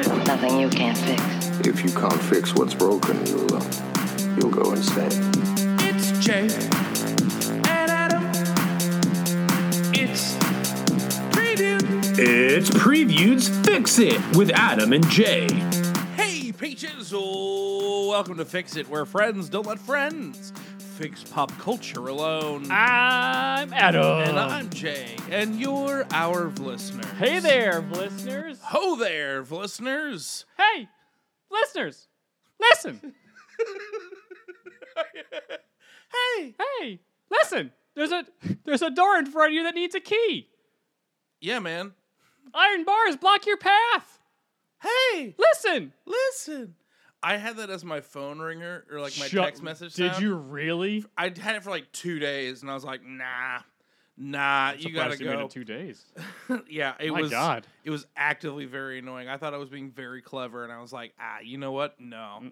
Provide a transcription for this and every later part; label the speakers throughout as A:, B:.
A: you can't fix.
B: If you can't fix what's broken, you'll uh, you'll go insane.
C: It's Jay and Adam. It's preview.
D: It's Previews Fix It with Adam and Jay.
C: Hey, peaches! Oh, welcome to Fix It, where friends don't let friends fix pop culture alone.
E: I'm Adam.
C: and I'm Jay, and you're our listener.
E: hey there, listeners.
C: Ho there, listeners.
E: Hey, listeners, listen.
C: Hey.
E: Hey, listen. There's a there's a door in front of you that needs a key.
C: Yeah, man.
E: Iron bars block your path.
C: Hey,
E: Listen.
C: listen. I had that as my phone ringer or like my
E: Shut-
C: text message.
E: Did
C: sound.
E: you really?
C: I had it for like two days, and I was like, nah, nah, you gotta
E: Surprised made
C: go.
E: it two days.
C: yeah, it
E: My
C: was.
E: God.
C: It was actively very annoying. I thought I was being very clever, and I was like, ah, you know what? No,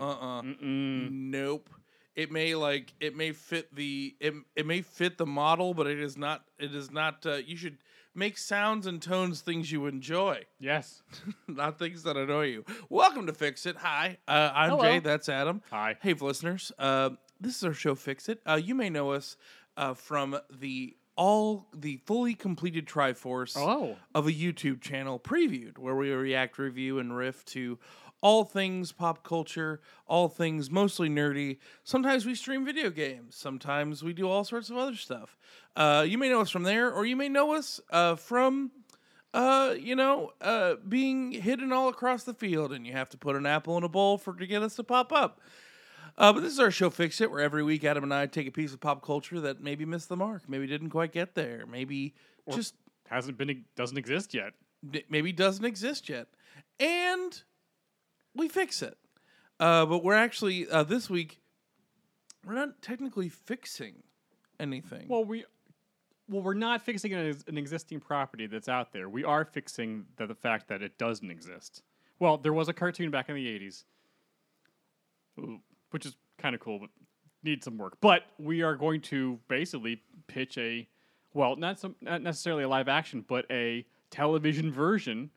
C: uh, uh nope. It may like it may fit the it, it may fit the model, but it is not. It is not. Uh, you should make sounds and tones things you enjoy,
E: Yes.
C: not things that annoy you. Welcome to Fix It. Hi, uh, I'm
E: Hello.
C: Jay. That's Adam.
E: Hi.
C: Hey, listeners. Uh, this is our show, Fix It. Uh, you may know us uh, from the all the fully completed Triforce
E: Oh.
C: of a YouTube channel, Previewed, where we react, review, and riff to all things pop culture, all things mostly nerdy. Sometimes we stream video games. Sometimes we do all sorts of other stuff. Uh, you may know us from there, or you may know us uh, from uh, you know, uh, being hidden all across the field, and you have to put an apple in a bowl for to get us to pop up. Uh, but this is our show, Fix It, where every week Adam and I take a piece of pop culture that maybe missed the mark, maybe didn't quite get there, maybe just
E: Hasn't been doesn't exist yet.
C: d- maybe doesn't exist yet, and we fix it. Uh, but we're actually uh, this week we're not technically fixing anything.
E: Well, we well we're not fixing an, ex- an existing property that's out there. We are fixing the, the fact that it doesn't exist. Well, there was a cartoon back in the '80s, ooh, which is kind of cool, but needs some work. But we are going to basically pitch a well, not some not necessarily a live action, but a television version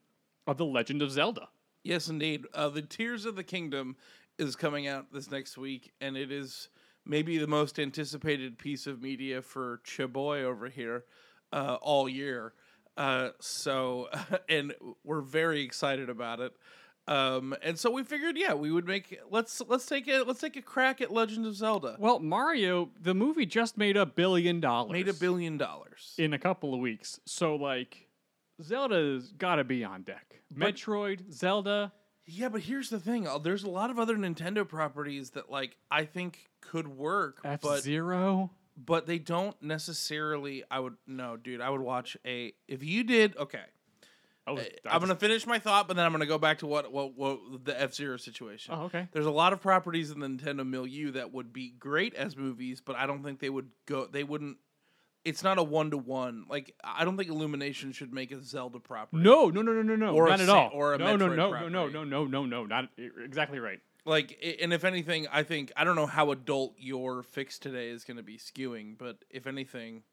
E: of the Legend of Zelda.
C: Yes, indeed. Uh, the Tears of the Kingdom is coming out this next week, and it is maybe the most anticipated piece of media for Chaboy over here uh, all year. Uh, so, and we're very excited about it. Um, and so we figured, yeah, we would make let's let's take a let's take a crack at Legend of Zelda.
E: Well, Mario, the movie just made a billion dollars.
C: Made a billion dollars.
E: in a couple of weeks. So like Zelda's got to be on deck. Metroid, Zelda,
C: Yeah, but here's the thing: uh, there's a lot of other Nintendo properties that like I think could work,
E: F
C: but
E: Zero.
C: but they don't necessarily i would no dude i would watch a if you did okay
E: Oh,
C: Uh, i'm gonna finish my thought but then i'm gonna go back to what what, what the f-zero situation
E: Oh, okay.
C: there's a lot of properties in the nintendo milieu that would be great as movies but i don't think they would go they wouldn't it's not a one-to-one like i don't think illumination should make a zelda property
E: No, no, no, no, no, no,
C: Or a
E: not at
C: Sa-
E: all.
C: or a
E: no, no,
C: Metroid
E: no,
C: property.
E: no, no, no, no, no, no, not you're exactly right.
C: like i- and if anything i think i don't know how adult your fix today is going to be skewing but if anything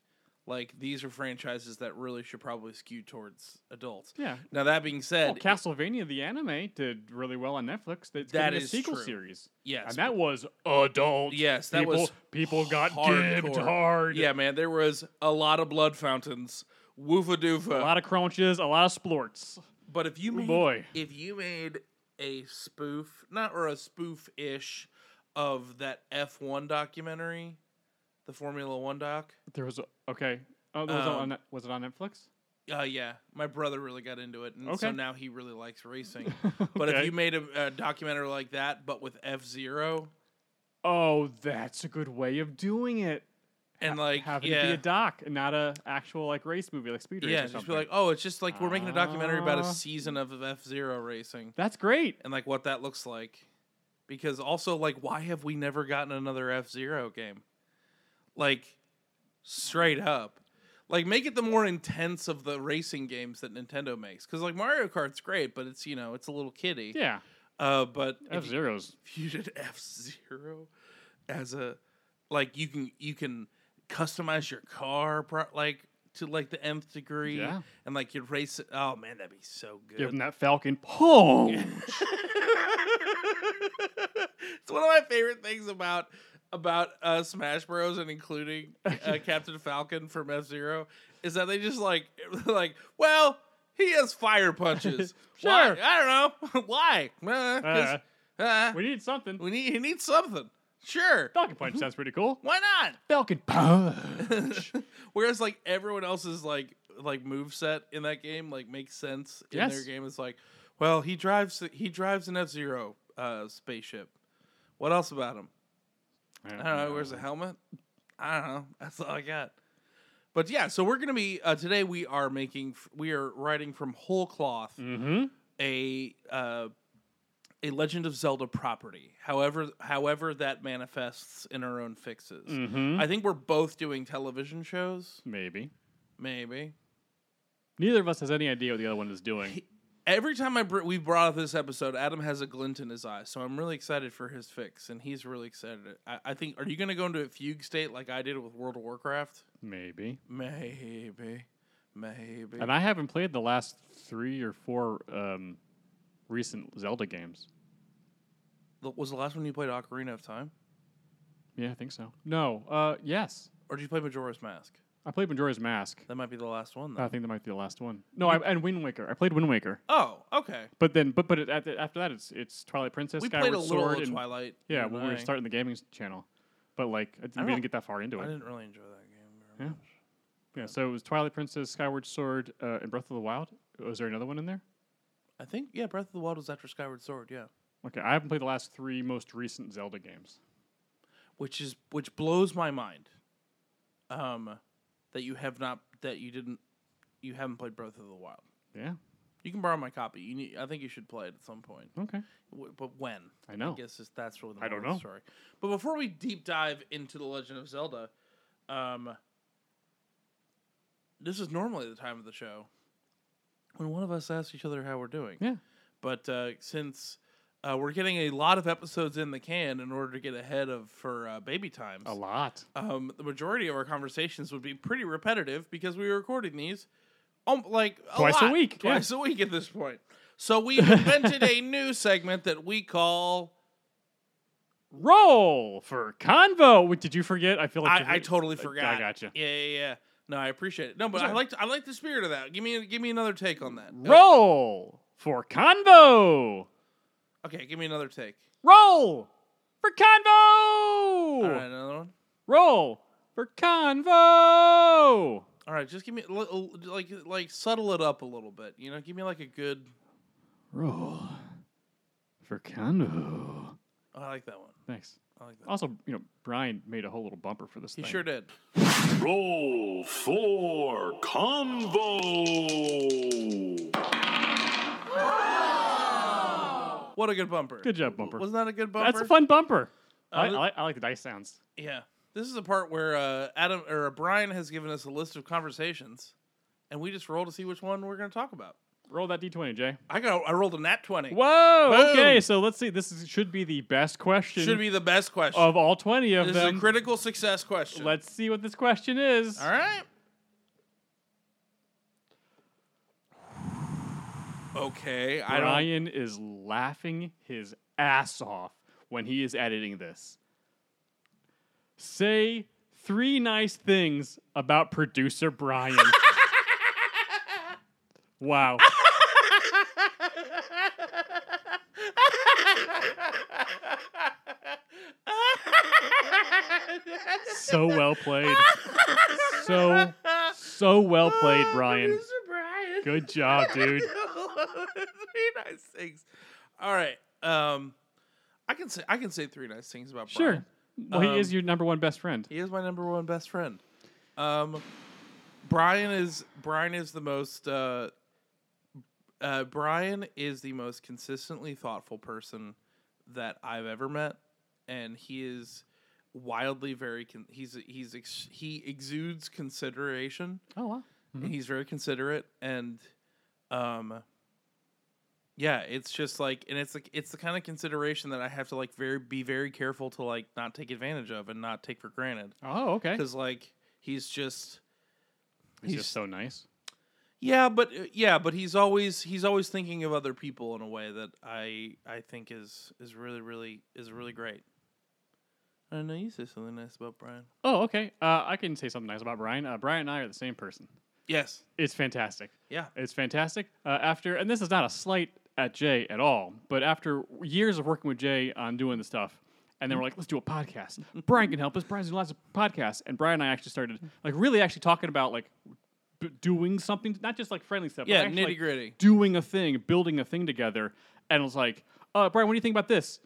C: like these are franchises that really should probably skew towards adults
E: Yeah.
C: now that being said
E: Well, Castlevania the anime did really well on Netflix. It's
C: That
E: gonna be a
C: is
E: sequel
C: true.
E: series.
C: Yes,
E: and that was adult.
C: Yes, that
E: people,
C: was
E: people got gibbed
C: hardcore.
E: hard.
C: yeah man there was a lot of blood fountains woofa doofa
E: a lot of crunches, a lot of splorts.
C: But if you made
E: boy.
C: if you made a spoof, not or a spoof ish of that F one documentary, the Formula One doc.
E: There was a, okay. Oh, there was
C: Um,
E: on Net- was it on Netflix?
C: Uh, yeah, my brother really got into it, and so
E: Okay.
C: now he really likes racing. But if
E: Okay.
C: you made a, a documentary like that, but with F Zero,
E: Oh, that's a good way of doing it.
C: and like
E: having
C: yeah,
E: it be a doc and not a actual like race movie like Speed Race
C: yeah,
E: or
C: just
E: something.
C: be like, oh, it's just like we're making a documentary about a
E: Ah.
C: season of F Zero racing.
E: That's great.
C: and like what that looks like. Because also, like, why have we never gotten another F Zero game? Like, straight up. Like, make it the more intense of the racing games that Nintendo makes. Because, like, Mario Kart's great, but it's, you know, it's a little kiddie.
E: Yeah.
C: Uh, but
E: F
C: if you,
E: Zeros.
C: if you did F Zero as a, like, you can, you can customize your car, pro- like, to like the nth degree,
E: Yeah.
C: and like you'd race it. Oh man, that'd be so good.
E: Give him that Falcon punch.
C: it's one of my favorite things about about uh, Smash Bros. and including uh, Captain Falcon from F Zero is that they just like like well he has fire punches. Why?
E: Sure.
C: I don't know why. Uh, 'cause, uh,
E: We need something.
C: we need he needs something. Sure.
E: Falcon punch sounds pretty cool.
C: Why not?
E: Falcon punch.
C: Whereas like everyone else's like like move set in that game like makes sense in
E: Yes.
C: their game. It's like, well, he drives he drives an F Zero uh, spaceship. What else about him? I don't know. He wears a helmet. I don't know. That's all I got. But yeah, so we're gonna be uh, today. We are making f- we are writing from whole cloth
E: Mm-hmm.
C: a uh, a Legend of Zelda property. However, however that manifests in our own fixes.
E: Mm-hmm.
C: I think we're both doing television shows.
E: Maybe.
C: Maybe.
E: Neither of us has any idea what the other one is doing.
C: Every time I br- we brought up this episode, Adam has a glint in his eye, so I'm really excited for his fix, and he's really excited. I, I think. Are you going to go into a fugue state like I did with World of Warcraft?
E: Maybe.
C: Maybe, maybe.
E: And I haven't played the last three or four um, recent Zelda games.
C: L- Was the last one you played Ocarina of Time,
E: Yeah, I think so. No. Uh, yes.
C: or did you play Majora's Mask?
E: I played Majora's Mask.
C: That might be the last one. Though.
E: I think that might be the last one. No, I, and Wind Waker. I played Wind Waker,
C: oh, okay.
E: but then, but but it, at the- after that, it's it's Twilight Princess.
C: We
E: Skyward
C: played a little
E: Sword,
C: of
E: and-
C: Twilight.
E: Yeah,
C: and
E: when we
C: I-
E: were starting the gaming s- channel, but like
C: I
E: I, we
C: don't-
E: didn't get that far into
C: I
E: it.
C: didn't really enjoy that game. Very
E: Yeah.
C: much.
E: Yeah, so it was Twilight Princess, Skyward Sword, uh, and Breath of the Wild. Was there another one in there?
C: I think yeah, Breath of the Wild was after Skyward Sword. Yeah.
E: Okay, I haven't played the last three most recent Zelda games.
C: which is which blows my mind um that you have not that you didn't you haven't played Breath of the Wild.
E: Yeah.
C: You can borrow my copy. You need, I think you should play it at some point.
E: Okay.
C: W- but when?
E: I know.
C: I guess is, that's really the
E: Oh. I don't
C: moral of the
E: know.
C: story. But before we deep dive into the Legend of Zelda, um this is normally the time of the show when one of us asks each other how we're doing.
E: Yeah.
C: But uh, since uh, we're getting a lot of episodes in the can in order to get ahead of for uh, baby times
E: A lot.
C: um, the majority of our conversations would be pretty repetitive because we were recording these um, like a
E: Twice a
C: lot,
E: week, yeah.
C: twice a week at this point. So we invented a new segment that we call.
E: Roll for convo. Wait, did you forget? I feel like you
C: I, I
E: forget-
C: totally
E: I-
C: forgot.
E: I gotcha.
C: Yeah, yeah, yeah. No, I appreciate it. No, but I
E: Sure.
C: like I like the spirit of that. Give me give me another take on that.
E: Roll for convo.
C: Okay, give me another take.
E: Roll for convo.
C: All right, another one.
E: Roll for convo.
C: All right, just give me li- l- like like settle it up a little bit. You know, give me like a good.
E: Roll for convo.
C: Oh, I like that one.
E: Thanks.
C: I like that. One.
E: Also, you know, Brian made a whole little bumper for this
C: He
E: thing.
C: sure did.
A: Roll for Convo.
C: What a good bumper.
E: Good job, bumper.
C: Wasn't that a good bumper?
E: That's a fun bumper. I, I,
C: Uh,
E: like, I like the dice sounds.
C: Yeah. This is a part where uh, Adam or Brian has given us a list of conversations, and we just roll to see which one we're going to talk about.
E: Roll that d20, Jay.
C: I got I rolled a nat twenty.
E: Whoa.
C: Boom.
E: Okay, so let's see. This is, should be the best question
C: should be the best question?
E: of all 20 of
C: this
E: them.
C: is a critical success question.
E: let's see what this question is.
C: All right. Okay, I don't.
E: Brian is laughing his ass off when he is editing this. Say three nice things about producer Brian. wow. so well played. So, so well played, Brian.
C: Oh, Producer Brian.
E: Good job, dude.
C: three nice things. All right. Um, I can say I can say three nice things about Brian.
E: Sure. Um, Well, he is your number one best friend.
C: He is my number one best friend. Um, Brian is Brian is the most uh, uh, Brian is the most consistently thoughtful person that I've ever met, and he is wildly very con- he's he's ex- he exudes consideration
E: Oh, wow.
C: and he's very considerate and um yeah it's just like and it's like it's the kind of consideration that i have to like very be very careful to like not take advantage of and not take for granted
E: Oh, okay.
C: because like he's just
E: He's,
C: He's-
E: just so nice.
C: Yeah, but uh, yeah, but he's always he's always thinking of other people in a way that I I think is is really really is really great. I don't know you said something nice about Brian.
E: Oh, okay. Uh, I can say something nice about Brian. Uh, Brian and I are the same person.
C: Yes.
E: It's fantastic.
C: Yeah.
E: It's fantastic. Uh, after, and this is not a slight at Jay at all, but after years of working with Jay on doing the stuff, and then we're like, let's do a podcast. Brian can help us. Brian's doing lots of podcasts, and Brian and I actually started like really actually talking about like b- doing something, not just like friendly stuff. but
C: Yeah,
E: actually, like,
C: nitty-gritty.
E: doing a thing, building a thing together, and it was like, uh, Brian, what do you think about this?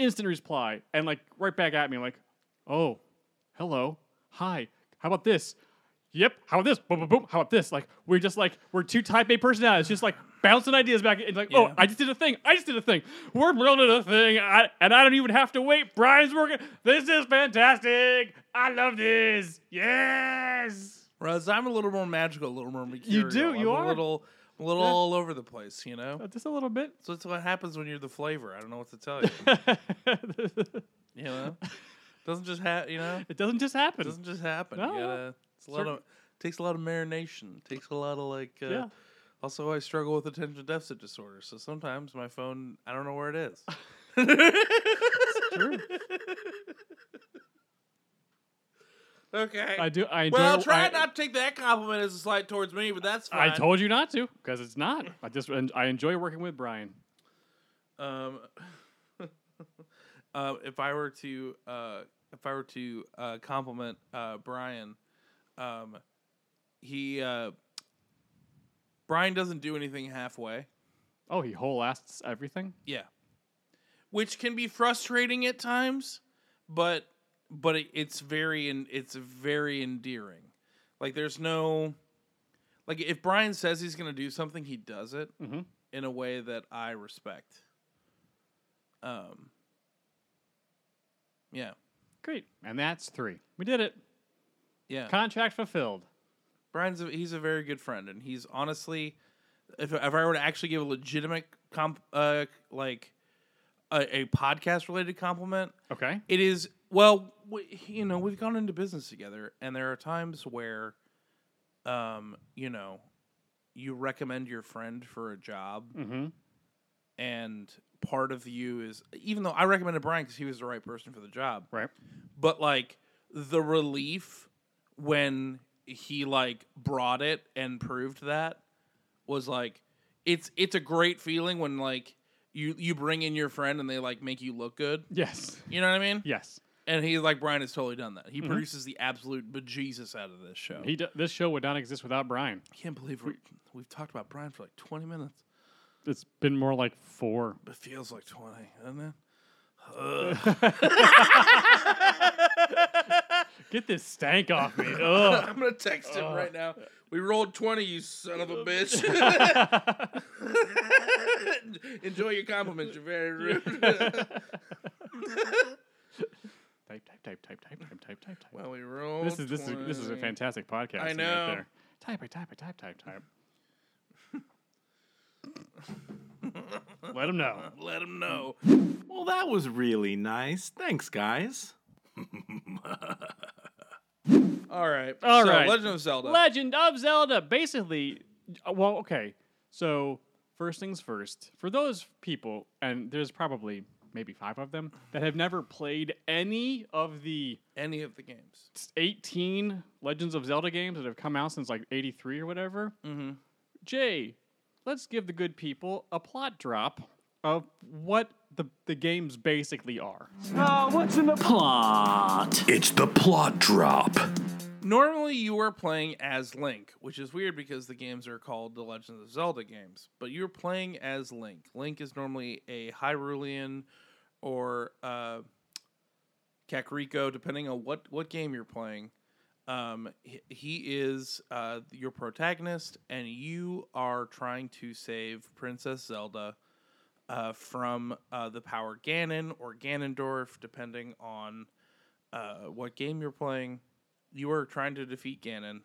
E: Instant reply, and like right back at me, like, oh, hello, hi, how about this? Yep, how about this? Boom, boom, boom. How about this? Like we're just like we're two type A personalities, just like bouncing ideas back and like, oh,
C: Yeah.
E: I just did a thing. I just did a thing. We're building a thing, I, and I don't even have to wait. Brian's working. This is fantastic. I love this. Yes.
C: Whereas I'm a little more magical, a little more mercurial.
E: do, you
C: I'm
E: are.
C: a little a little
E: Yeah.
C: all over the place, you know?
E: Uh, Just a little bit.
C: So that's what happens when you're the flavor. I don't know what to tell you.
E: it
C: You know? Doesn't just happen, you know?
E: doesn't just happen.
C: Doesn't just happen.
E: No,
C: you
E: no.
C: gotta, it's a lot
E: Certain-
C: of takes a lot of marination. Takes a lot of like uh,
E: Yeah.
C: also I struggle with attention deficit disorder. So sometimes my phone I don't know where it is.
E: True.
C: Okay.
E: I do. I enjoy,
C: well, try
E: I,
C: not to take that compliment as a slight towards me, but that's
E: I
C: fine.
E: told you not to because it's not. I just I enjoy working with Brian.
C: Um, uh, if I were to uh, if I were to uh, compliment uh, Brian, um, he uh, Brian doesn't do anything halfway.
E: Oh, he whole asks everything.
C: Yeah, which can be frustrating at times, but but it, it's very and it's very endearing. Like there's no like if Brian says he's gonna do something, he does it
E: Mhm.
C: in a way that I respect. Um. Yeah,
E: Great, and that's three. We did it.
C: yeah.
E: Contract fulfilled.
C: Brian's a, he's a very good friend, and he's honestly, if if I were to actually give a legitimate comp uh like a, a podcast related compliment,
E: Okay.
C: It is well, we, you know, we've gone into business together, and there are times where, um, you know, you recommend your friend for a job,
E: Mm-hmm.
C: and part of you is even though I recommended Brian because he was the right person for the job,
E: Right.
C: but like the relief when he like brought it and proved that was like it's it's a great feeling when like you you bring in your friend and they like make you look good.
E: Yes.
C: You know what I mean?
E: Yes.
C: And he's like, Brian has totally done that. He produces the absolute bejesus out of this show.
E: Mm-hmm. He. D- this show would not exist without Brian.
C: I can't believe we, we've talked about Brian for like 20 minutes.
E: It's been more like four.
C: It feels like 20, doesn't it?
E: Get this stank off me. Ugh.
C: I'm going to text
E: Oh.
C: him right now. We rolled 20, you son of a bitch. Enjoy your compliments. You're very rude.
E: Type. Type. Type. Type. Type. Type. Type. Type. Type.
C: well, we rolled
E: This is this is this is a
C: 20.
E: fantastic podcast.
C: I
E: Right
C: know.
E: there. Type. Type. Type. Type. Type. Type. Let him know.
C: Let him know.
F: Well, that was really nice. Thanks, guys.
C: All right.
E: All
C: so,
E: right.
C: Legend of Zelda.
E: Legend of Zelda. Basically, uh, well, okay. So first things first. For those people, and there's probably maybe five of them that have never played any of the
C: Any of the games.
E: 18 Legends of Zelda games that have come out since like '83 or whatever. Mm-hmm. Jay, let's give the good people a plot drop of what the the games basically are.
D: Uh, what's in the plot?
B: It's the plot drop.
C: Normally, you are playing as Link, which is weird because the games are called the Legend of Zelda games. But you're playing as Link. Link is normally a Hyrulean or uh, Kakariko, depending on what what game you're playing. Um, he, he is uh, your protagonist, and you are trying to save Princess Zelda uh, from uh, the power Ganon or Ganondorf, depending on uh, what game you're playing you are trying to defeat Ganon,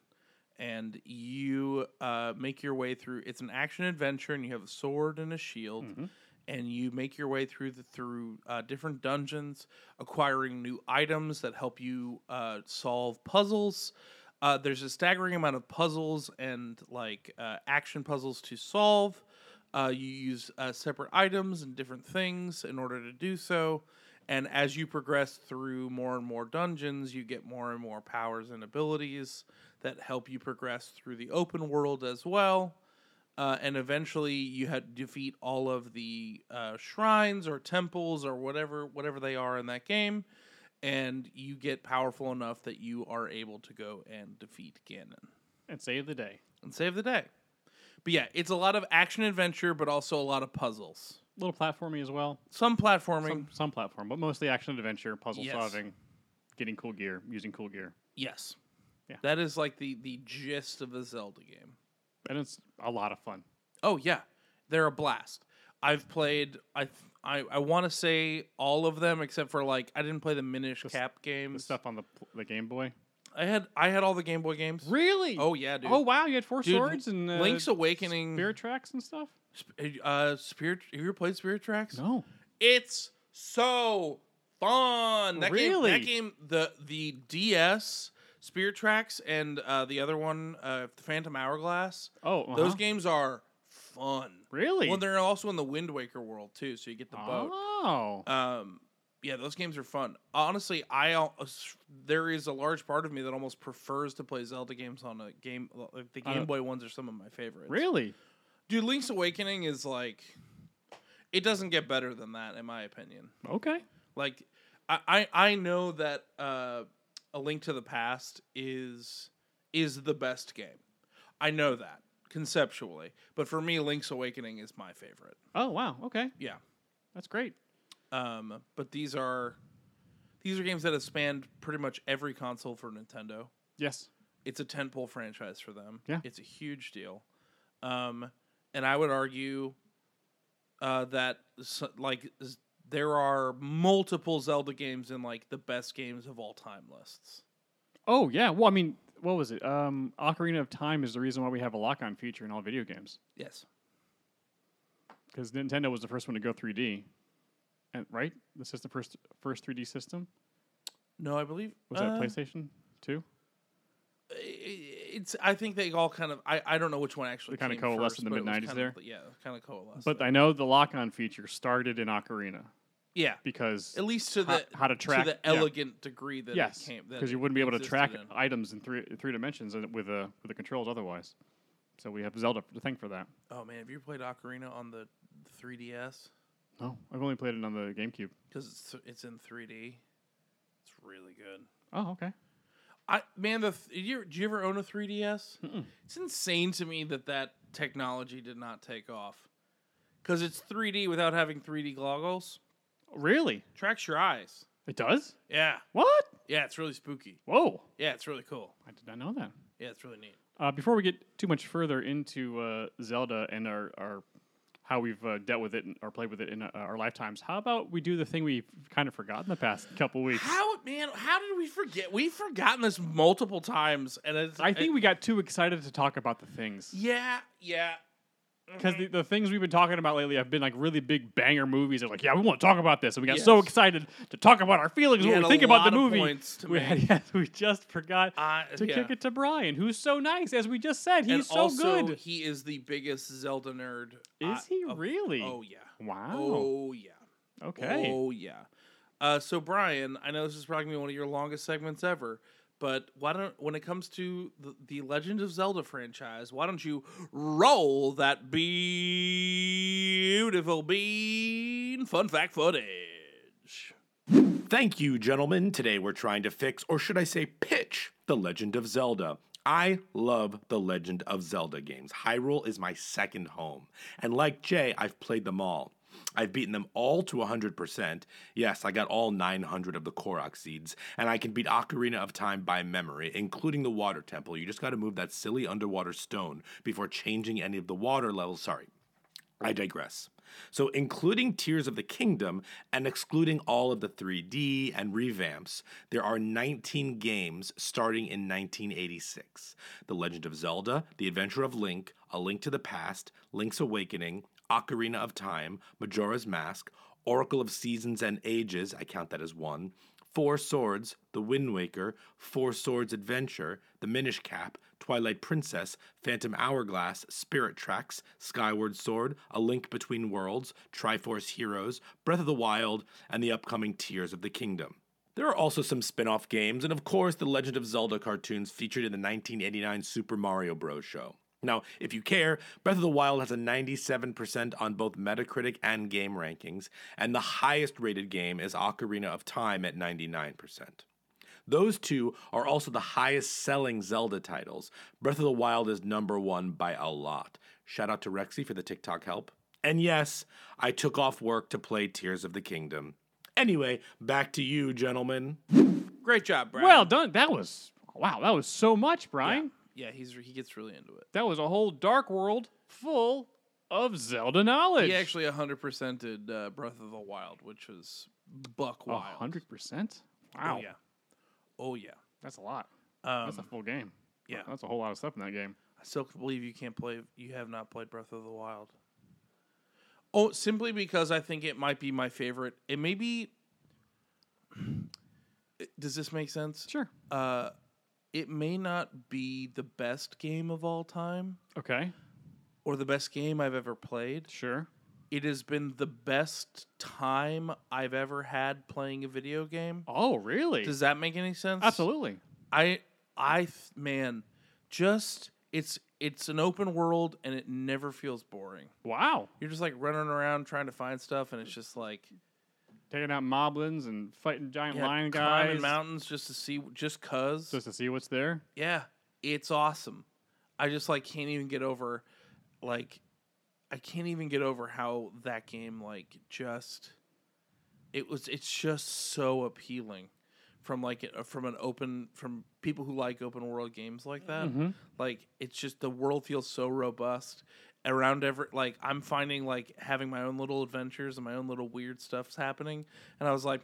C: and you uh, make your way through. It's an action adventure, and you have a sword and a shield, and you make your way through the through uh, different dungeons, acquiring new items that help you uh, solve puzzles. Uh, there's a staggering amount of puzzles and like uh, action puzzles to solve. Uh, you use uh, separate items and different things in order to do so. And as you progress through more and more dungeons, you get more and more powers and abilities that help you progress through the open world as well uh, and eventually you had to defeat all of the uh, shrines or temples or whatever whatever they are in that game, and you get powerful enough that you are able to go and defeat Ganon
E: and save the day.
C: and save the day. But yeah, it's a lot of action adventure, but also a lot of puzzles.
E: little platformy as well.
C: Some platforming,
E: Some, some platform, but mostly action adventure, puzzle
C: Yes.
E: solving, getting cool gear, using cool gear.
C: yes,
E: Yeah.
C: that is like the the gist of the Zelda game.
E: And it's a lot of fun.
C: Oh yeah, they're a blast. I've played I th- I, I want to say all of them except for like I didn't play the Minish Cap
E: The
C: games.
E: stuff on the, pl- the Game Boy.
C: I had I had all the Game Boy games.
E: Really?
C: Oh yeah, dude.
E: Oh, wow. You had four
C: Dude,
E: swords and uh,
C: Link's Awakening.
E: Spirit tracks and stuff?
C: Sp- uh, Spirit. Have you ever played Spirit Tracks?
E: No.
C: It's so fun. That
E: Really?
C: Game, that game, the the DS Spirit Tracks and uh, the other one, uh, Phantom Hourglass.
E: Oh,
C: Those
E: uh-huh.
C: games are fun.
E: Really?
C: Well, they're also in the Wind Waker world too, so you get the boat.
E: Oh.
C: Um, yeah, those games are fun. Honestly, I al- uh, s- there is a large part of me that almost prefers to play Zelda games on a game. Like the
E: On a-
C: Game Boy ones are some of my favorites.
E: really?
C: dude? Link's Awakening is like, it doesn't get better than that, in my opinion.
E: Okay.
C: Like, I I, I know that uh, A Link to the Past is is the best game. I know that conceptually, but for me, Link's Awakening is my favorite.
E: Oh, wow. Okay.
C: Yeah.
E: That's great.
C: Um, but these are these are games that have spanned pretty much every console for Nintendo.
E: Yes.
C: It's a tentpole franchise for them.
E: Yeah.
C: it's a huge deal. Um, and I would argue uh, that s like s- there are multiple Zelda games in like the best games of all time lists.
E: Oh, yeah. Well, I mean, what was it? Um, Ocarina of Time is the reason why we have a lock on feature in all video games.
C: Yes.
E: because Nintendo was the first one to go 3D, and right, this is the first first 3D system.
C: No, I believe
E: Was that
C: uh,
E: PlayStation Two?
C: i- It's. I think they all kind of. I, I don't know which one actually.
E: They kinda
C: came
E: coalesced
C: first,
E: in the
C: but it was
E: mid-nineties
C: kind of- Yeah, kind of coalesced.
E: But I know the lock-on feature started in Ocarina
C: yeah,
E: because
C: at least to
E: ho-
C: the
E: how to track-
C: to the
E: yeah.
C: elegant degree that it
E: yes,
C: came that
E: because you
C: it
E: wouldn't be able to
C: existed
E: track
C: in.
E: items in three three dimensions and with the with the controls otherwise. So we have Zelda to thank for that.
C: Oh man, have you played Ocarina on the 3DS? Oh.
E: No, I've only played it on the GameCube.
C: Because it's it's in 3D. It's really good.
E: Oh, okay.
C: I man, the th- did you, did you ever own a 3DS? It's insane to me that that technology did not take off. Because it's 3D without having 3D goggles.
E: Really?
C: Tracks your eyes.
E: It does?
C: Yeah,
E: What?
C: yeah, it's really spooky.
E: Whoa!
C: Yeah, it's really cool.
E: I did not know that.
C: Yeah, it's really neat.
E: Uh, before we get too much further into uh, Zelda and our, our how we've uh, dealt with it and- or played with it in uh, our lifetimes, how about we do the thing we've kind of forgotten the past couple weeks?
C: How man? How did we forget? We've forgotten this multiple times, and it's,
E: I think we got too excited to talk about the things
C: Eh Yeah, yeah.
E: because the, the things we've been talking about lately have been like really big banger movies. They're like, yeah, we want to talk about this, and we got so
C: Yes.
E: excited to talk about our feelings
C: We
E: when
C: had
E: we
C: a
E: think about the
C: lot of
E: movie.
C: points to
E: we,
C: make.
E: had- yes, we just forgot
C: I-
E: to
C: yeah.
E: kick it to Brian, who's so nice, as we just said, he's
C: and
E: so
C: also,
E: good.
C: he is the biggest Zelda nerd. I-
E: Is he
C: of-
E: really?
C: Oh yeah.
E: Wow.
C: Oh yeah.
E: okay.
C: Oh yeah. Uh, so Brian, I know this is probably gonna be one of your longest segments ever, but why don't when it comes to the, the Legend of Zelda franchise, why don't you roll that beautiful bean fun fact footage?
F: Thank you, gentlemen. Today we're trying to fix, or should I say, pitch, The Legend of Zelda. I love The Legend of Zelda games. Hyrule is my second home. And like Jay, I've played them all. I've beaten them all to 100%. Yes, I got all 900 of the Korok seeds, and I can beat Ocarina of Time by memory, including the water temple. You just got to move that silly underwater stone before changing any of the water levels. Sorry, I digress. So, including Tears of the Kingdom and excluding all of the 3D and revamps, there are 19 games starting in 1986 The Legend of Zelda, The Adventure of Link, A Link to the Past, Link's Awakening, Ocarina of Time, Majora's Mask, Oracle of Seasons and Ages, I count that as one, Four Swords, The Wind Waker, Four Swords Adventure, The Minish Cap, Twilight Princess, Phantom Hourglass, Spirit Tracks, Skyward Sword, A Link Between Worlds, Triforce Heroes, Breath of the Wild, and the upcoming Tears of the Kingdom. There are also some spin off games, and of course, the Legend of Zelda cartoons featured in the 1989 Super Mario Bros. show. Now, if you care, Breath of the Wild has a 97% on both Metacritic and game rankings, and the highest rated game is Ocarina of Time at 99%. Those two are also the highest selling Zelda titles. Breath of the Wild is number one by a lot. Shout out to Rexy for the TikTok help. And yes, I took off work to play Tears of the Kingdom. Anyway, back to you, gentlemen.
C: Great job, Brad.
E: Well done. That was wow. That was so much, Brian.
C: yeah, he's he gets really into it.
E: That was a whole dark world full of Zelda knowledge.
C: He actually 100% did uh, Breath of the Wild, which was buck
E: a
C: wild.
E: hundred percent. Wow.
C: Oh yeah. Oh yeah.
E: That's a lot.
C: Um,
E: That's a full game.
C: yeah.
E: That's a whole lot of stuff in that game.
C: I still can't believe you can't play. You have not played Breath of the Wild. Oh, simply because I think it might be my favorite. It may be. Does this make sense?
E: Sure.
C: Uh, it may not be the best game of all time
E: Okay.
C: or the best game I've ever played.
E: Sure.
C: It has been the best time I've ever had playing a video game.
E: Oh, really?
C: Does that make any sense?
E: Absolutely.
C: I I th- man, just it's it's an open world and it never feels boring.
E: Wow.
C: You're just like running around trying to find stuff and it's just like
E: Taking out moblins and fighting giant
C: yeah,
E: lion
C: climbing
E: guys
C: mountains just to see just cuz.
E: just to see what's there.
C: yeah, it's awesome. I just like can't even get over like I can't even get over how that game like just it was it's just so appealing from like a- from an open from people who like open world games like that. Like it's just the world feels so robust around every like I'm finding like having my own little adventures and my own little weird stuff's happening and I was like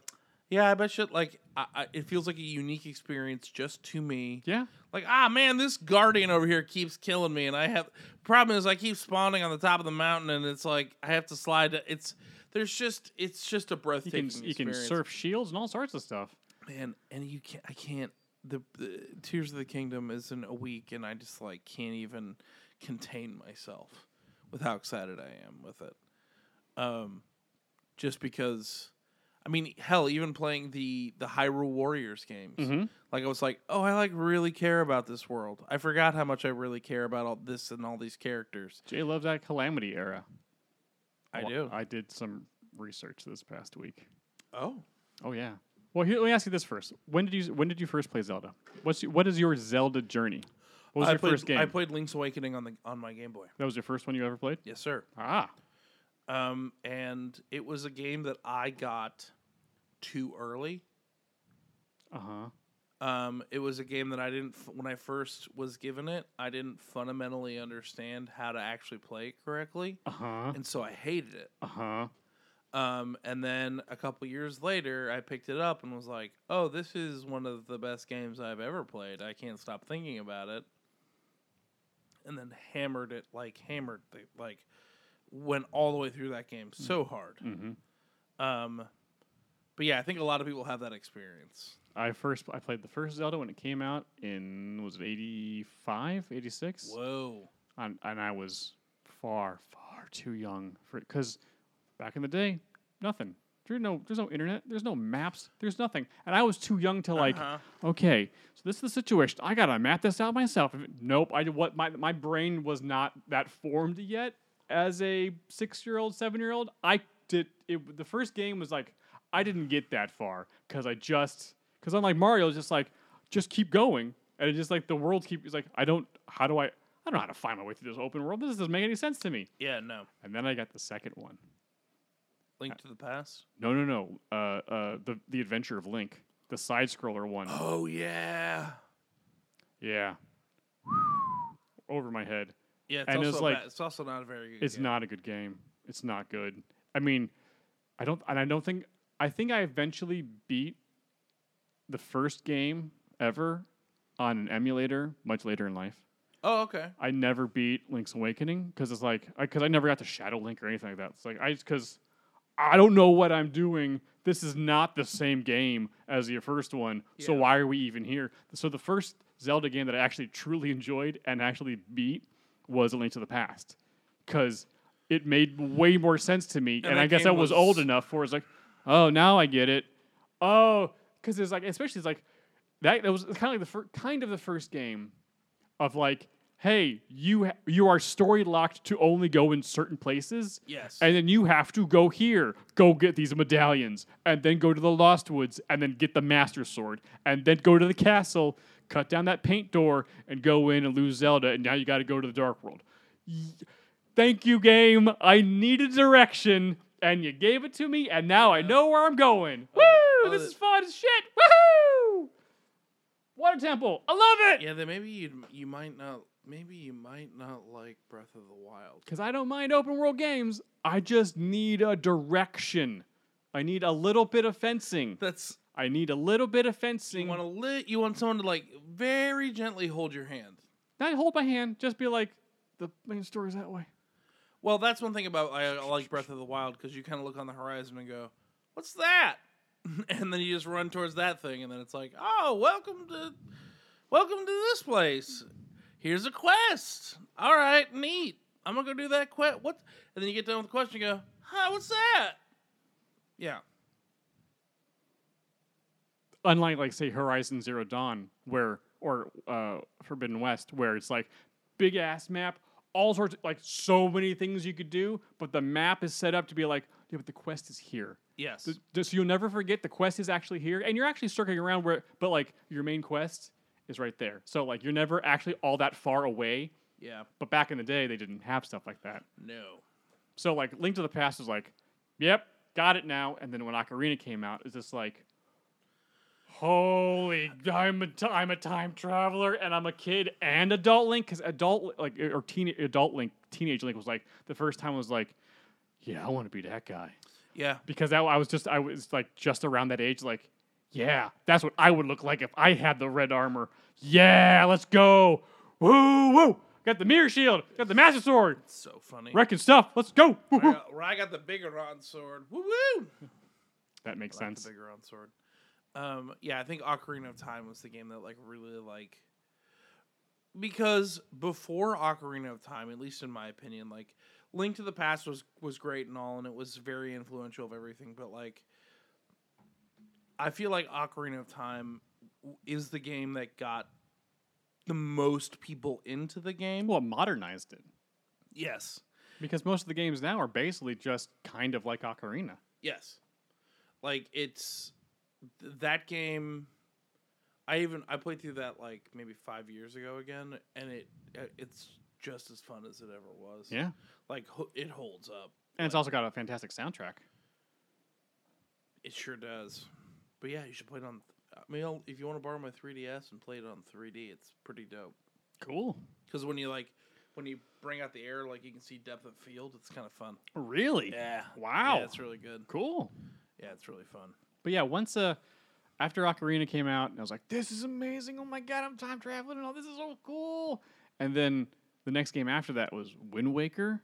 C: yeah, I bet you like I, I, it feels like a unique experience just to me
E: Yeah.
C: like ah man this guardian over here keeps killing me and i have problem is i keep spawning on the top of the mountain and it's like i have to slide to- it's there's just it's just a
E: You
C: breathtaking
E: can you can
C: experience.
E: surf shields and all sorts of stuff.
C: man and you can't i can't the, the tears of the kingdom is in a week and i just like can't even contain myself with how excited i am with it um just because i mean hell even playing the the hyrule warriors games like i was like oh i like really care about this world i forgot how much i really care about all this and all these characters
E: Jay loves that calamity era.
C: i
E: Well,
C: do
E: I did some research this past week.
C: oh
E: Oh yeah. Well, here, let me ask you this first. When did you when did you first play Zelda? What's your, what is your Zelda journey? What was
C: I
E: your
C: played,
E: first game?
C: i played link's awakening on the on my game boy
E: that was your first one you ever played?
C: yes sir
E: Ah.
C: um, and it was a game that I got too early.
E: Uh huh.
C: Um, it was a game that I didn't f- when I first was given it. I didn't fundamentally understand how to actually play it correctly,
E: Uh huh.
C: and so I hated it.
E: Uh huh.
C: Um, and then a couple years later, I picked it up and was like, "Oh, this is one of the best games I've ever played. I can't stop thinking about it." And then hammered it like hammered the, like went all the way through that
E: Mm.
C: game so hard.
E: Mhm.
C: Um, but yeah, I think a lot of people have that experience.
E: I first I played the first Zelda when it came out in was it 85, 86?
C: Whoa,
E: And, and I was far far too young for cuz back in the day, nothing. There's no there's no internet, there's no maps, there's nothing. And I was too young to like
C: Uh-huh.
E: okay, so this is the situation. I got to map this out myself. If it- Nope, I what my my brain was not that formed yet as a 6-year-old, 7-year-old. I did it the first game was like I didn't get that far cuz I just cuz unlike Mario it's just like just keep going and it just like the world keep it's like I don't how do I I don't know how to find my way through this open world. This doesn't make any sense to me.
C: yeah, no,
E: And then I got the second one.
C: Link to the Past.
E: No, no, no. Uh, uh, the the Adventure of Link, the side scroller one.
C: Oh yeah,
E: Yeah. Over my head.
C: yeah. It's
E: And
C: also
E: it's
C: a
E: like-
C: ba- it's also not a very good.
E: It's
C: game.
E: not a good game. It's not good. I mean, I don't and I don't think I think I eventually beat the first game ever on an emulator much later in life.
C: Oh okay.
E: I never beat Link's Awakening because it's like because I, never got to Shadow Link or anything like that. It's like I because I don't know what I'm doing. this is not the same game as the first one. So why are we even here? So the first Zelda game that I actually truly enjoyed and actually beat was A Link to the Past, because it made way more sense to me.
C: that
E: And, I guess I
C: game
E: was,
C: was-
E: old enough for it's like, oh, now I get it. Oh, because it's like, especially it's like that. That was kind of like the fir- kind of the first game of like, hey, you ha- you are story locked to only go in certain places.
C: Yes.
E: And then you have to go here, go get these medallions, and then go to the Lost Woods, and then get the Master Sword, and then go to the castle, cut down that paint door, and go in and lose Zelda, and now you got to go to the Dark World. Y- Thank you, game. I needed direction, and you gave it to me, and now I know where I'm going. Woo! This
C: other-
E: is fun as shit. Woohoo! Water Temple. I love it.
C: Yeah, then maybe you you might not maybe you might not like Breath of the Wild.
E: because I don't mind open world games. I just need a direction. I need a little bit of fencing.
C: That's
E: I need a little bit of
C: you
E: fencing.
C: want to lit you want someone to like very gently hold your hand.
E: Not hold my hand. Just be like, the main story's that way.
C: Well, that's one thing about I I like Breath of the Wild because you kind of look on the horizon and go, "What's that?" and then you just run towards that thing, and then it's like, "Oh, welcome to, welcome to this place. Here's a quest. All right, neat. I'm gonna go do that quest. What?" And then you get done with the quest and you go, "Huh, what's that?" Yeah,
E: Unlike like say Horizon Zero Dawn, where or uh, Forbidden West, where it's like big ass map, all sorts like so many things you could do, but the map is set up to be like, yeah, but the quest is here.
C: yes,
E: Th- just so you'll never forget the quest is actually here and you're actually circling around where but like your main quest is right there so like you're never actually all that far away
C: yeah,
E: but back in the day they didn't have stuff like that
C: no,
E: so like link to the past was like yep got it now and then when ocarina came out it's just like holy i'm a, t- I'm a time traveler and i'm a kid and adult link because adult like or teen adult link teenage link was like the first time I was like yeah i want to be that guy
C: yeah.
E: because that, I was just I was like just around that age. Like, yeah, that's what I would look like if I had the red armor. Yeah, let's go. Woo woo! Got the mirror shield. Got the master sword.
C: So funny.
E: Wrecking stuff. Let's go. Woo,
C: I
E: woo.
C: got, I got the Bigeron sword. Woo woo!
E: That makes
C: like the
E: sense.
C: bigger on sword. Um, yeah, I think Ocarina of Time was the game that like really like because before Ocarina of Time, at least in my opinion, like Link to the Past was was great and all, and it was very influential of everything. But like, I feel like Ocarina of Time w- is the game that got the most people into the game.
E: Well, it modernized it
C: yes,
E: because most of the games now are basically just kind of like Ocarina.
C: Yes. Like it's th- that game I even I played through that like maybe 5 years ago again and it uh, it's just as fun as it ever was.
E: Yeah,
C: Like ho- it holds up.
E: and it's also got a fantastic soundtrack.
C: It sure does. But yeah, you should play it on I mean I'll, if you want to borrow my 3DS and play it on 3D, it's pretty dope.
E: Cool.
C: Cuz when you like when you bring out the air like you can see depth of field, it's kind of fun.
E: Really?
C: Yeah.
E: Wow.
C: Yeah, it's really good.
E: cool.
C: Yeah, it's really fun.
E: But yeah, once uh, after Ocarina came out, and I was like, "This is amazing! Oh my god, I'm time traveling! and all this is so cool!" And then the next game after that was Wind Waker,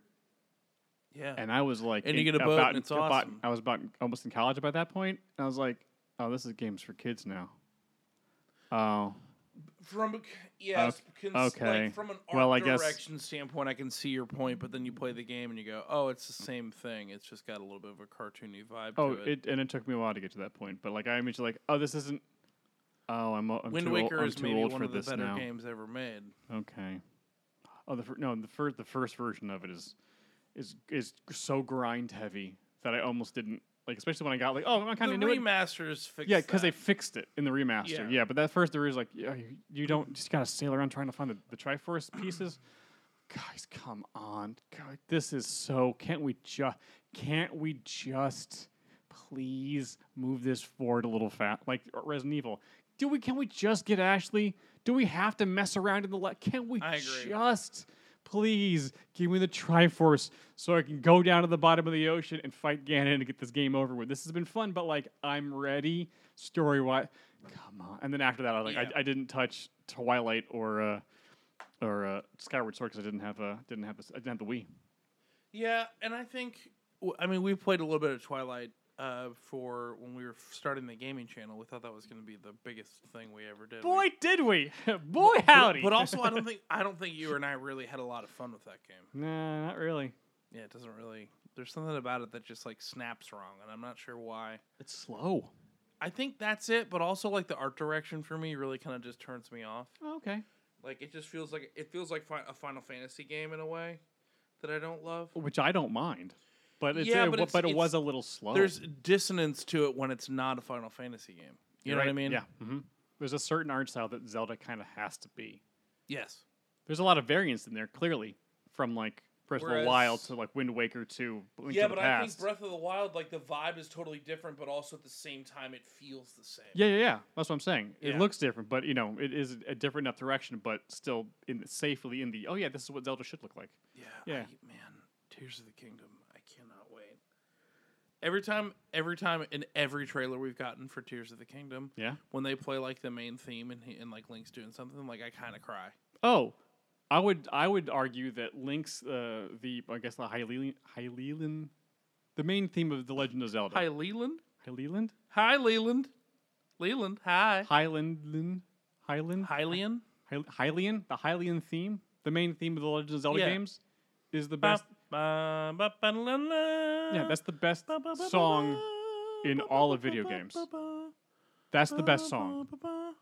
C: Yeah.
E: and I was like,
C: And you get a boat
E: about-
C: and it's
E: about-
C: awesome.
E: I was about almost in college by that point, and I was like, "Oh, this is games for kids now." Oh,
C: From a c- yes,
E: Ok-
C: cons-
E: okay.
C: Like from an art
E: Well, I guess-
C: direction standpoint, I can see your point, but then you play the game and you go, "Oh, it's the same thing. It's just got a little bit of a cartoony vibe
E: oh,
C: to
E: it.
C: it."
E: and it took me a while to get to that point, but like I immediately like, "Oh, this isn't." Oh, I'm, o- I'm
C: Wind
E: too
C: Waker
E: old, I'm
C: is
E: too
C: maybe
E: old
C: one
E: for
C: of the
E: this
C: better
E: now.
C: games ever made.
E: Okay. Oh, the fir- no, the first the first version of it is is is so grind heavy that I almost didn't like, especially when I got like, oh, I kind
C: The
E: of knew it.
C: remasters fixed.
E: Yeah, because they
C: that.
E: fixed it in the remaster.
C: Yeah.
E: Yeah, but that first there is like, yeah, you, you don't just gotta sail around trying to find the, the Triforce pieces. Guys, come on, God, this is so. Can't we just? Can't we just? Please move this forward a little fat, like Resident Evil. Do we? Can we just get Ashley? Do we have to mess around in the? Le- can't we
C: I agree.
E: just? Please give me the Triforce so I can go down to the bottom of the ocean and fight Ganon and get this game over with. This has been fun, but like I'm ready story wise. Come on. And then after that, I was like,
C: Yeah.
E: I, I didn't touch Twilight or uh, or uh, Skyward Sword because I didn't have a didn't have this I didn't have the Wii.
C: Yeah, and I think w- I mean we played a little bit of Twilight uh, for when we were starting the gaming channel. We thought that was going to be the biggest thing we ever did. We-
E: Boy, did we! Boy, howdy!
C: but also I don't think I don't think you and I really had a lot of fun with that game.
E: nah, not really.
C: Yeah, it doesn't really. There's something about it that just like snaps wrong, and I'm not sure why.
E: It's slow.
C: I think that's it, but also like the art direction for me really kind of just turns me off.
E: Oh, okay.
C: Like it just feels like it feels like fi- a Final Fantasy game in a way that I don't love.
E: Which I don't mind, but it's,
C: Yeah,
E: it,
C: but
E: but,
C: it's-
E: it
C: it's-
E: was a little slow.
C: There's dissonance to it when it's not a Final Fantasy game. You know what I mean? Mm-hmm.
E: Yeah. hmm There's a certain art style that Zelda kind of has to be.
C: Yes.
E: There's a lot of variance in there, clearly, from like Breath of the Wild
C: Whereas-
E: to like Wind Waker to Link
C: yeah,
E: to the
C: but I think
E: Past.
C: Breath of the Wild, like the vibe is totally different, but also at the same time it feels the same.
E: Yeah, yeah, yeah. That's what I'm saying.
C: Yeah.
E: It looks different, but you know, it is a different enough direction, but still in safely in the. Oh yeah, this is what Zelda should look like.
C: Yeah.
E: Yeah.
C: I- man, Tears of the Kingdom. I cannot wait. Every time, every time, in every trailer we've gotten for Tears of the Kingdom,
E: Yeah.
C: when they play like the main theme and he, and like Link's doing something, like I kind of cry.
E: Oh, I would I would argue that links uh, the I guess the Hylian Hylian, the main theme of the Legend of Zelda.
C: Hi Leland.
E: Hylian,
C: Hi Leland. Leland. Hi.
E: Highland, Highland,
C: Hylian.
E: Hy- Hylian, the Hylian theme, the main theme of the Legend of Zelda
C: Yeah.
E: games, is the
C: Ba-
E: best.
C: ba- ba- ba- la- la.
E: Yeah, that's the best
C: Ba- ba- ba-
E: song.
C: ba-
E: in
C: ba-
E: all
C: ba-
E: of video
C: ba-
E: games.
C: ba- ba-
E: That's the best
C: ba-
E: song.
C: ba- ba-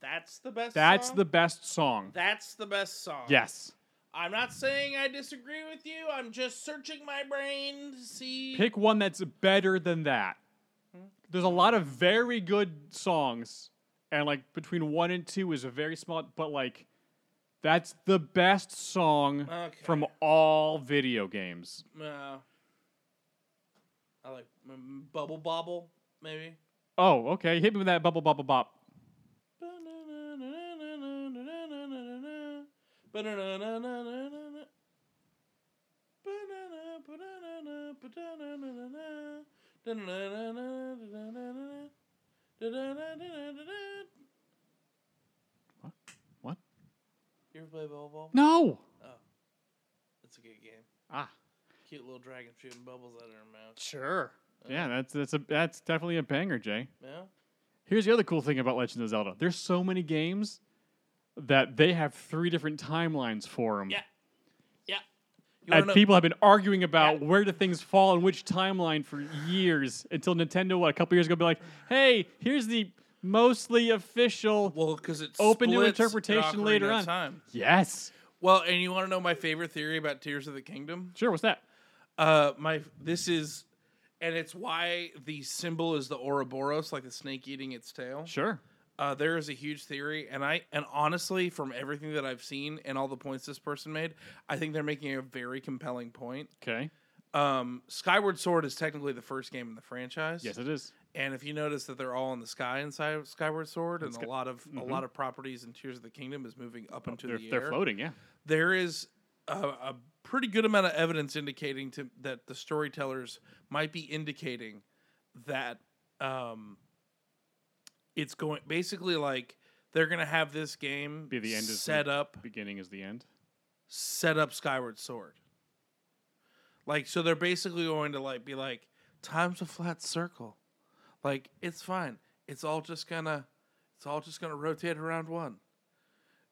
C: That's the best.
E: That's
C: song?
E: the best song.
C: That's the best song.
E: Yes.
C: I'm not saying I disagree with you. I'm just searching my brain to see.
E: Pick one that's better than that. There's a lot of very good songs, and like between one and two is a very small, but like that's the best song
C: Okay.
E: from all video games.
C: Uh, I like mm, Bubble Bobble, maybe.
E: Oh, okay. Hit me with that bubble bubble bop. What?
C: You ever play Bubble Bobble?
E: No.
C: It's a good game.
E: Ah,
C: Cute little dragon shooting bubbles out of her mouth.
E: sure. Yeah, that's that's a that's definitely a banger, Jay.
C: Yeah?
E: Here's the other cool thing about Legend of Zelda. There's so many games that they have three different timelines for them.
C: Yeah. Yeah. You wanna
E: And
C: know-
E: people have been arguing about
C: Yeah.
E: where do things fall in which timeline for years until Nintendo, what, a couple years ago, be like, hey, here's the mostly official.
C: Well, because it's
E: Open to interpretation later on.
C: Time.
E: yes.
C: Well, and you want to know my favorite theory about Tears of the Kingdom?
E: Sure, what's that?
C: Uh, my this is, and it's why the symbol is the Ouroboros, like the snake eating its tail.
E: Sure.
C: Uh, there is a huge theory, and I and honestly, from everything that I've seen and all the points this person made, I think they're making a very compelling point.
E: Okay.
C: Um, Skyward Sword is technically the first game in the franchise.
E: Yes, it is.
C: And if you notice that they're all in the sky in Sky- Skyward Sword, and a lot of a lot of properties in Tears of the Kingdom is moving up into
E: Mm-hmm. Oh, They're,
C: the
E: they're
C: air.
E: floating, yeah.
C: There is a, a pretty good amount of evidence indicating to that the storytellers might be indicating that um, it's going basically like they're going to have this game
E: Be the end is the-
C: set up
E: Beginning is the end.
C: set up Skyward Sword. Like, so they're basically going to like be like, time's a flat circle. Like, it's fine. It's all just gonna it's all just gonna rotate around one.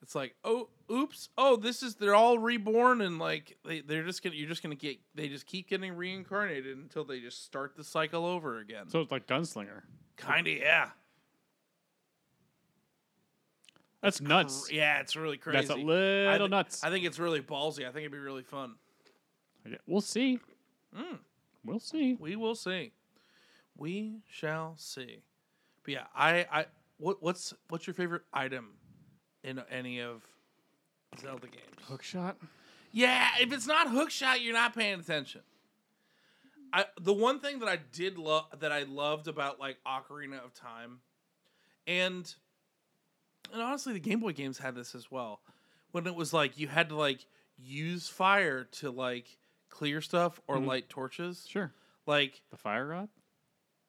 C: It's like, oh oops, oh, this is they're all reborn and like they, they're just gonna you're just gonna get they just keep getting reincarnated until they just start the cycle over again.
E: So it's like Gunslinger.
C: kinda yeah.
E: That's nuts.
C: Yeah, it's really crazy.
E: That's
C: I
E: a little
C: thi-
E: nuts.
C: I think it's really ballsy. I think it'd be really fun.
E: Yeah, We'll see.
C: Mm.
E: We'll see.
C: We will see. We shall see. But yeah, I, I what what's what's your favorite item in any of Zelda games?
E: Hookshot.
C: Yeah, if it's not hookshot, you're not paying attention. I the one thing that I did love that I loved about like Ocarina of Time and and honestly the Game Boy games had this as well. When it was like you had to like use fire to like clear stuff or light torches.
E: Sure.
C: Like
E: The fire rod?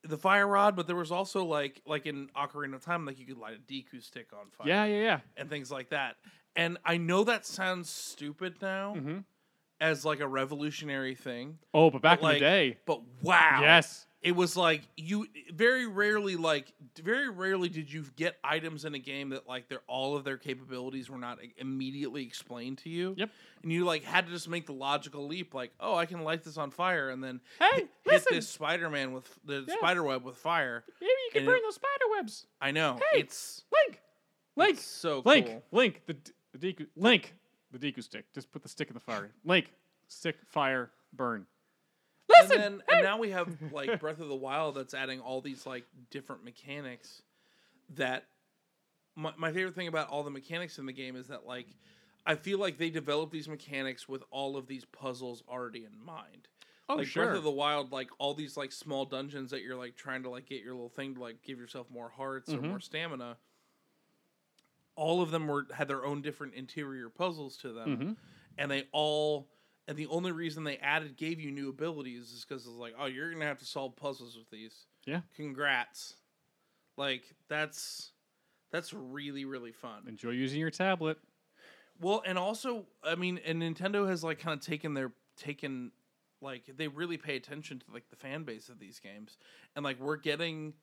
C: the fire rod, but there was also like like in Ocarina of Time, like you could light a Deku stick on fire
E: Yeah, yeah, yeah.
C: and things like that. And I know that sounds stupid now
E: Mm-hmm.
C: as like a revolutionary thing.
E: Oh, but back
C: Like,
E: in the day.
C: But wow.
E: Yes.
C: It was like you very rarely like very rarely did you get items in a game that like their all of their capabilities were not immediately explained to you.
E: Yep.
C: And you like had to just make the logical leap like, "Oh, I can light this on fire and then
E: Hey,
C: hit, hit
E: listen.
C: this Spider-Man with the
E: Yeah.
C: spider web with fire."
E: Maybe you can
C: And
E: burn
C: it-
E: those spider webs.
C: I know.
E: Hey,
C: It's
E: Link, Link,
C: so
E: Link,
C: cool.
E: Link. The D- the Deku, Link, the Deku stick. Just put the stick in the fire. Link, stick, fire, burn.
C: and
E: Listen,
C: then and now we have like Breath of the Wild that's adding all these like different mechanics that my, my favorite thing about all the mechanics in the game is that like I feel like they developed these mechanics with all of these puzzles already in mind.
E: oh
C: like Breath of the Wild, like all these like small dungeons that you're like trying to like get your little thing to like give yourself more hearts or
E: Mm-hmm.
C: more stamina. All of them were had their own different interior puzzles to them,
E: Mm-hmm.
C: and they all and the only reason they added gave you new abilities is because it's like, oh, you're gonna have to solve puzzles with these.
E: Yeah.
C: congrats. Like that's that's really really fun.
E: Enjoy using your tablet.
C: Well, and also, I mean, and Nintendo has like kind of taken their taken like they really pay attention to like the fan base of these games, and like we're getting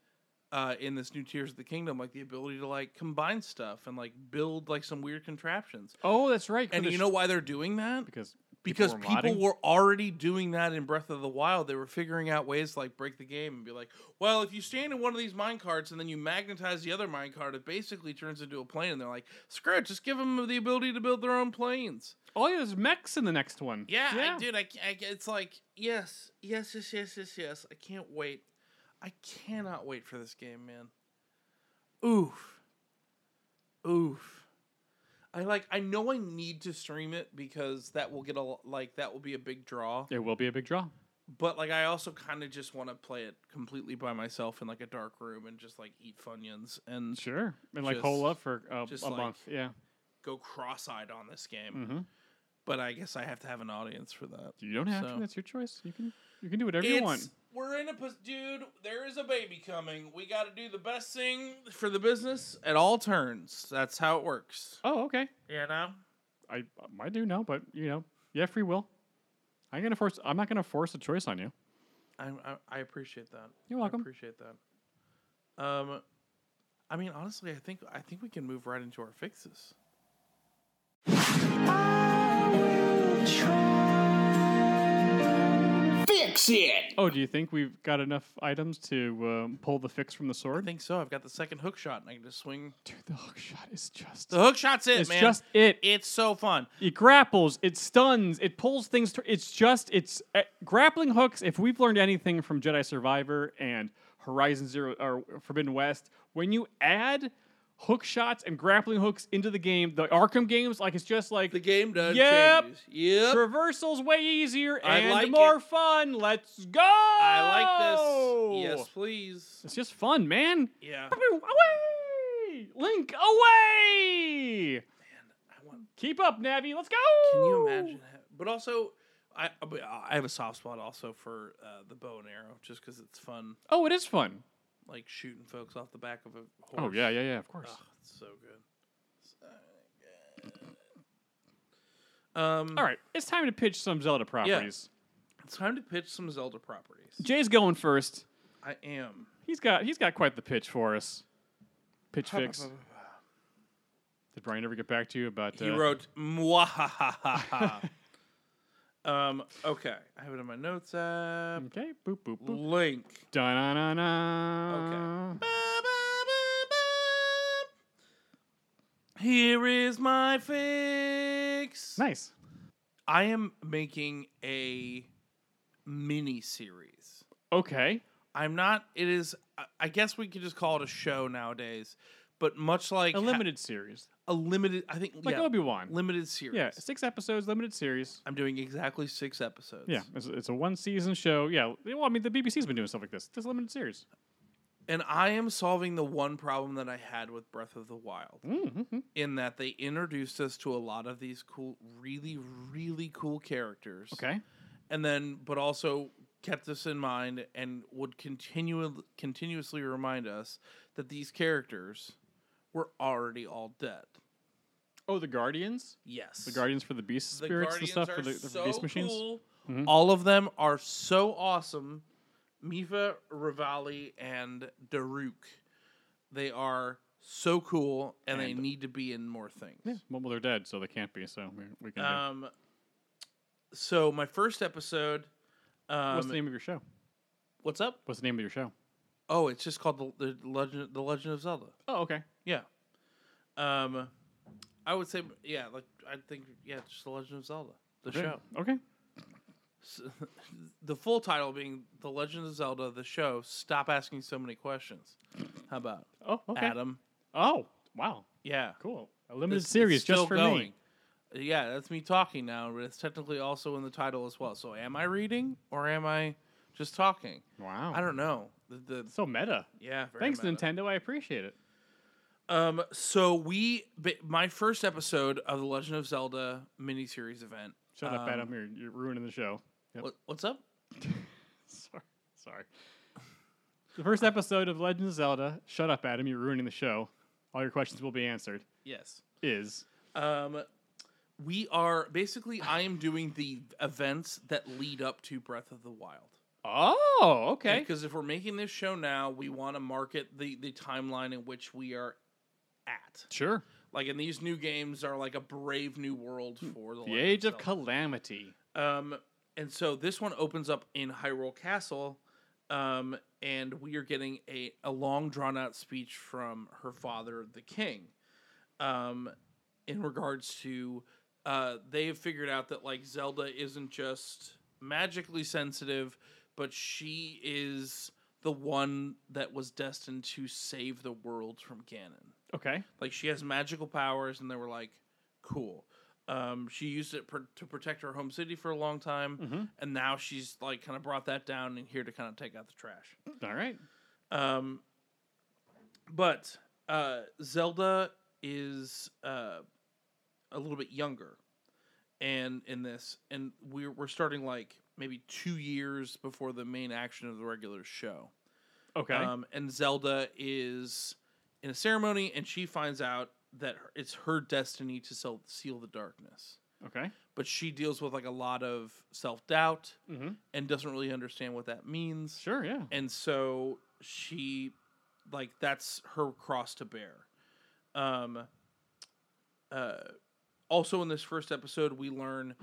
C: uh, in this new Tears of the Kingdom like the ability to like combine stuff and like build like some weird contraptions.
E: Oh, that's right.
C: And you know why they're doing that?
E: because
C: Because
E: were
C: people,
E: modding.
C: were already doing that in Breath of the Wild. They were figuring out ways to like break the game and be like, well, if you stand in one of these mine carts and then you magnetize the other mine cart, it basically turns into a plane. And they're like, screw it, just give them the ability to build their own planes.
E: oh yeah, there's mechs in the next one.
C: Yeah, I, dude, I, ca- I, ca- it's like, yes, yes, yes, yes, yes, yes. I can't wait. I cannot wait for this game, man. Oof. Oof. I like I know I need to stream it because that will get a l- like that will be a big draw.
E: It will be a big draw.
C: But like I also kind of just want to play it completely by myself in like a dark room and just like eat funyuns and
E: Sure. And like
C: Just-
E: hole up for uh,
C: just
E: a
C: like-
E: month. Yeah.
C: go cross-eyed on this game.
E: Mhm.
C: But I guess I have to have an audience for that.
E: You don't have
C: So-
E: to. That's your choice. You can you can do whatever you want.
C: It's- We're in a pos- dude. There is a baby coming. We got to do the best thing for the business at all turns. That's how it works.
E: Oh, okay.
C: You know.
E: I I do know, but you know, you have free will. I'm gonna force. I'm not gonna force a choice on you.
C: I I, I appreciate that.
E: You're
C: I
E: welcome.
C: appreciate that. Um, I mean, honestly, I think I think we can move right into our fixes.
E: Oh, do you think we've got enough items to um, pull the fix from the
C: I
E: sword?
C: think so. I've got the second hook shot, and I can just swing.
E: Dude, the hook shot is just.
C: The hook shot's it,
E: it's
C: man.
E: just it. it.
C: It's so fun.
E: grapples. It stuns. It pulls things. To, it's just. It's uh, grappling hooks. If we've learned anything from Jedi Survivor and Horizon Zero or Forbidden West, when you add hook shots and grappling hooks into the game, the Arkham games, like it's just like
C: The game does
E: Yep.
C: changes. Yep.
E: Traversal's way easier
C: I
E: and
C: like
E: more
C: it.
E: fun. Let's go!
C: I like this. Yes, please.
E: It's just fun, man.
C: Yeah.
E: Away! Link, away!
C: I want
E: Keep up, Navi. Let's go!
C: Can you imagine? How, but also, I I- but I have a soft spot also for uh, the bow and arrow, just because it's fun,
E: Oh, it is fun.
C: like shooting folks off the back of a
E: Oh
C: horse.
E: yeah, yeah, yeah. Of course.
C: Ugh, it's so good. So good. Um,
E: All right, it's time to pitch some Zelda properties.
C: it's time to pitch some Zelda properties.
E: Jay's going first.
C: I am.
E: He's got he's got quite the pitch for us. Pitch fix. Did Brian ever get back to you about? uh,
C: He wrote mwahahaha. um. Okay, I have it in my notes app.
E: Okay. Boop boop boop.
C: Link.
E: Da na na na.
C: Okay. Here is my fix.
E: Nice.
C: I am making a mini series.
E: Okay.
C: I'm not. It is. I- I guess we could just call it a show nowadays. But much like
E: A
C: ha-
E: limited series.
C: a limited. I think
E: Like
C: yeah,
E: Obi Wan.
C: limited series.
E: Yeah, six episodes, limited series.
C: I'm doing exactly six episodes.
E: Yeah, it's, it's a one season show. Yeah, well, I mean, the BBC's been doing stuff like this. This limited series.
C: And I am solving the one problem that I had with Breath of the Wild.
E: Mm-hmm.
C: in that they introduced us to a lot of these cool, really, really cool characters.
E: Okay.
C: And then, but also kept us in mind and would continue, continuously remind us that these characters were already all dead.
E: Oh, the Guardians?
C: Yes.
E: The Guardians for the Beast Mm-hmm. spirits and stuff for the, the Beast machines?
C: All of them are so awesome Mifa, Rivali, and Daruk. They are so cool, and, they need to be in more things.
E: Well, they're dead, so they can't be. So we, we can. do-
C: Um, so my first episode. Um,
E: What's the name of your show?
C: what's up?
E: What's the name of your show?
C: Oh, it's just called the, the legend, the Legend of Zelda.
E: Oh, okay.
C: Yeah. Um, I would say yeah, like I think yeah, just the Legend of Zelda, the
E: Great.
C: show.
E: Okay.
C: The full title being The Legend of Zelda, the show. Stop asking so many questions. How about
E: Oh, okay.
C: Adam?
E: Oh, wow.
C: Yeah,
E: Cool. A limited
C: It's- it's
E: series just for me.
C: Yeah, that's me talking now, but it's technically also in the title as well. So am I reading or am I just talking?
E: Wow.
C: I don't know. The, the
E: so meta.
C: yeah. very
E: Thanks,
C: meta.
E: Nintendo. I appreciate it.
C: Um, so we, b- my first episode of the Legend of Zelda miniseries event.
E: Shut up, Adam. You're, you're ruining the show. Yep.
C: What, what's up?
E: Sorry. Sorry. The first episode of Legend of Zelda, Shut Up, Adam, You're Ruining the Show. All your questions will be answered.
C: Yes.
E: Is.
C: Um, we are basically. I am doing the events that lead up to Breath of the Wild.
E: Oh, okay.
C: Because if we're making this show now, we want to market the the timeline in which we are at.
E: Sure.
C: Like in these new games are like a brave new world for the,
E: Hmm. The
C: Legend
E: Age of
C: Zelda.
E: Calamity.
C: Um, and so this one opens up in Hyrule Castle, um, and we are getting a, a long drawn out speech from her father, the king, um, in regards to uh, they have figured out that like Zelda isn't just magically sensitive, but she is the one that was destined to save the world from Ganon
E: Okay.
C: like she has magical powers and they were like cool um, she used it pr- to protect her home city for a long time
E: Mm. Mm-hmm.
C: and now she's like kind of brought that down and here to kind of take out the trash
E: All right.
C: um, but uh, zelda is uh, a little bit younger and in this and we're, we're starting like maybe two years before the main action of the regular show
E: Okay.
C: um, and Zelda is in a ceremony, and she finds out that her- it's her destiny to sel- seal the darkness.
E: okay.
C: But she deals with like a lot of self doubt
E: Mhm.
C: and doesn't really understand what that means.
E: Sure, yeah.
C: And so she, like, that's her cross to bear. Um, uh, also, in this first episode, we learn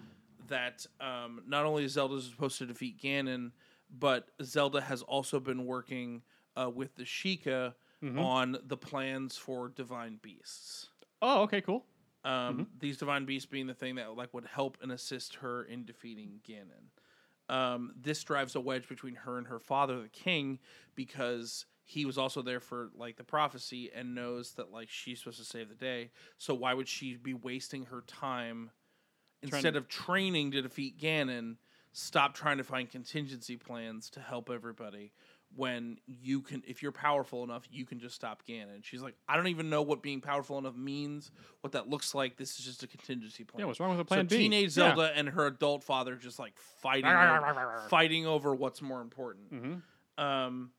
C: that um, not only is Zelda supposed to defeat Ganon, but Zelda has also been working uh, with the Sheikah on the plans for divine beasts.
E: Oh, okay, cool.
C: Um, These divine beasts being the thing that like would help and assist her in defeating Ganon. Um, this drives a wedge between her and her father, the king, because he was also there for like the prophecy and knows that like she's supposed to save the day. So why would she be wasting her time instead of training to defeat Ganon? Stop trying to find contingency plans to help everybody when you can if you're powerful enough you can just stop ganon she's like i don't even know what being powerful enough means what that looks like this is just a contingency plan
E: Yeah, what's wrong with a plan
C: so
E: B?
C: teenage
E: Yeah.
C: zelda and her adult father just like fighting o- fighting over what's more important
E: Mhm.
C: um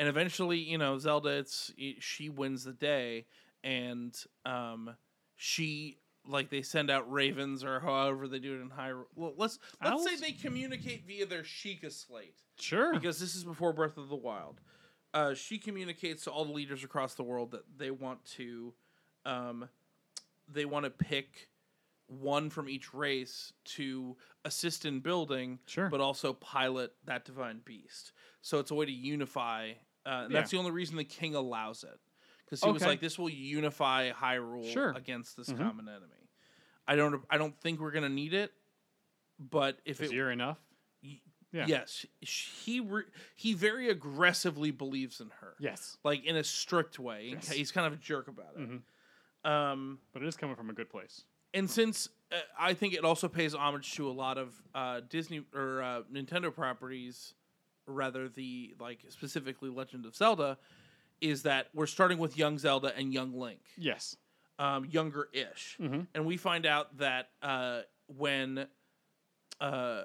C: and eventually you know zelda it's it, she wins the day and um she like they send out ravens or however they do it in high well, let's let's say
E: Owls?
C: they communicate via their Sheikah slate
E: Sure.
C: because this is before Breath of the Wild. Uh, she communicates to all the leaders across the world that they want to, um, they want to pick one from each race to assist in building,
E: Sure.
C: but also pilot that divine beast. So it's a way to unify. Uh, and That's the only reason the king allows it, because he was
E: Okay.
C: like, "This will unify Hyrule
E: Sure. Mm-hmm.
C: against this common enemy." I don't. I don't think we're gonna need it, but if
E: Is
C: it
E: you're enough? Yeah.
C: Yes, sh- he re- he very aggressively believes in her.
E: Yes.
C: like in a strict way.
E: Yes. Mm.
C: He's kind of a jerk about
E: Uh,
C: it. Um,
E: But it is coming from a good place.
C: and since uh, I think it also pays homage to a lot of uh, Disney or uh, Nintendo properties, or rather the like specifically Legend of Zelda, is that we're starting with young Zelda and young Link
E: Yes. Mm-hmm.
C: um, younger ish. And we find out that uh, when uh,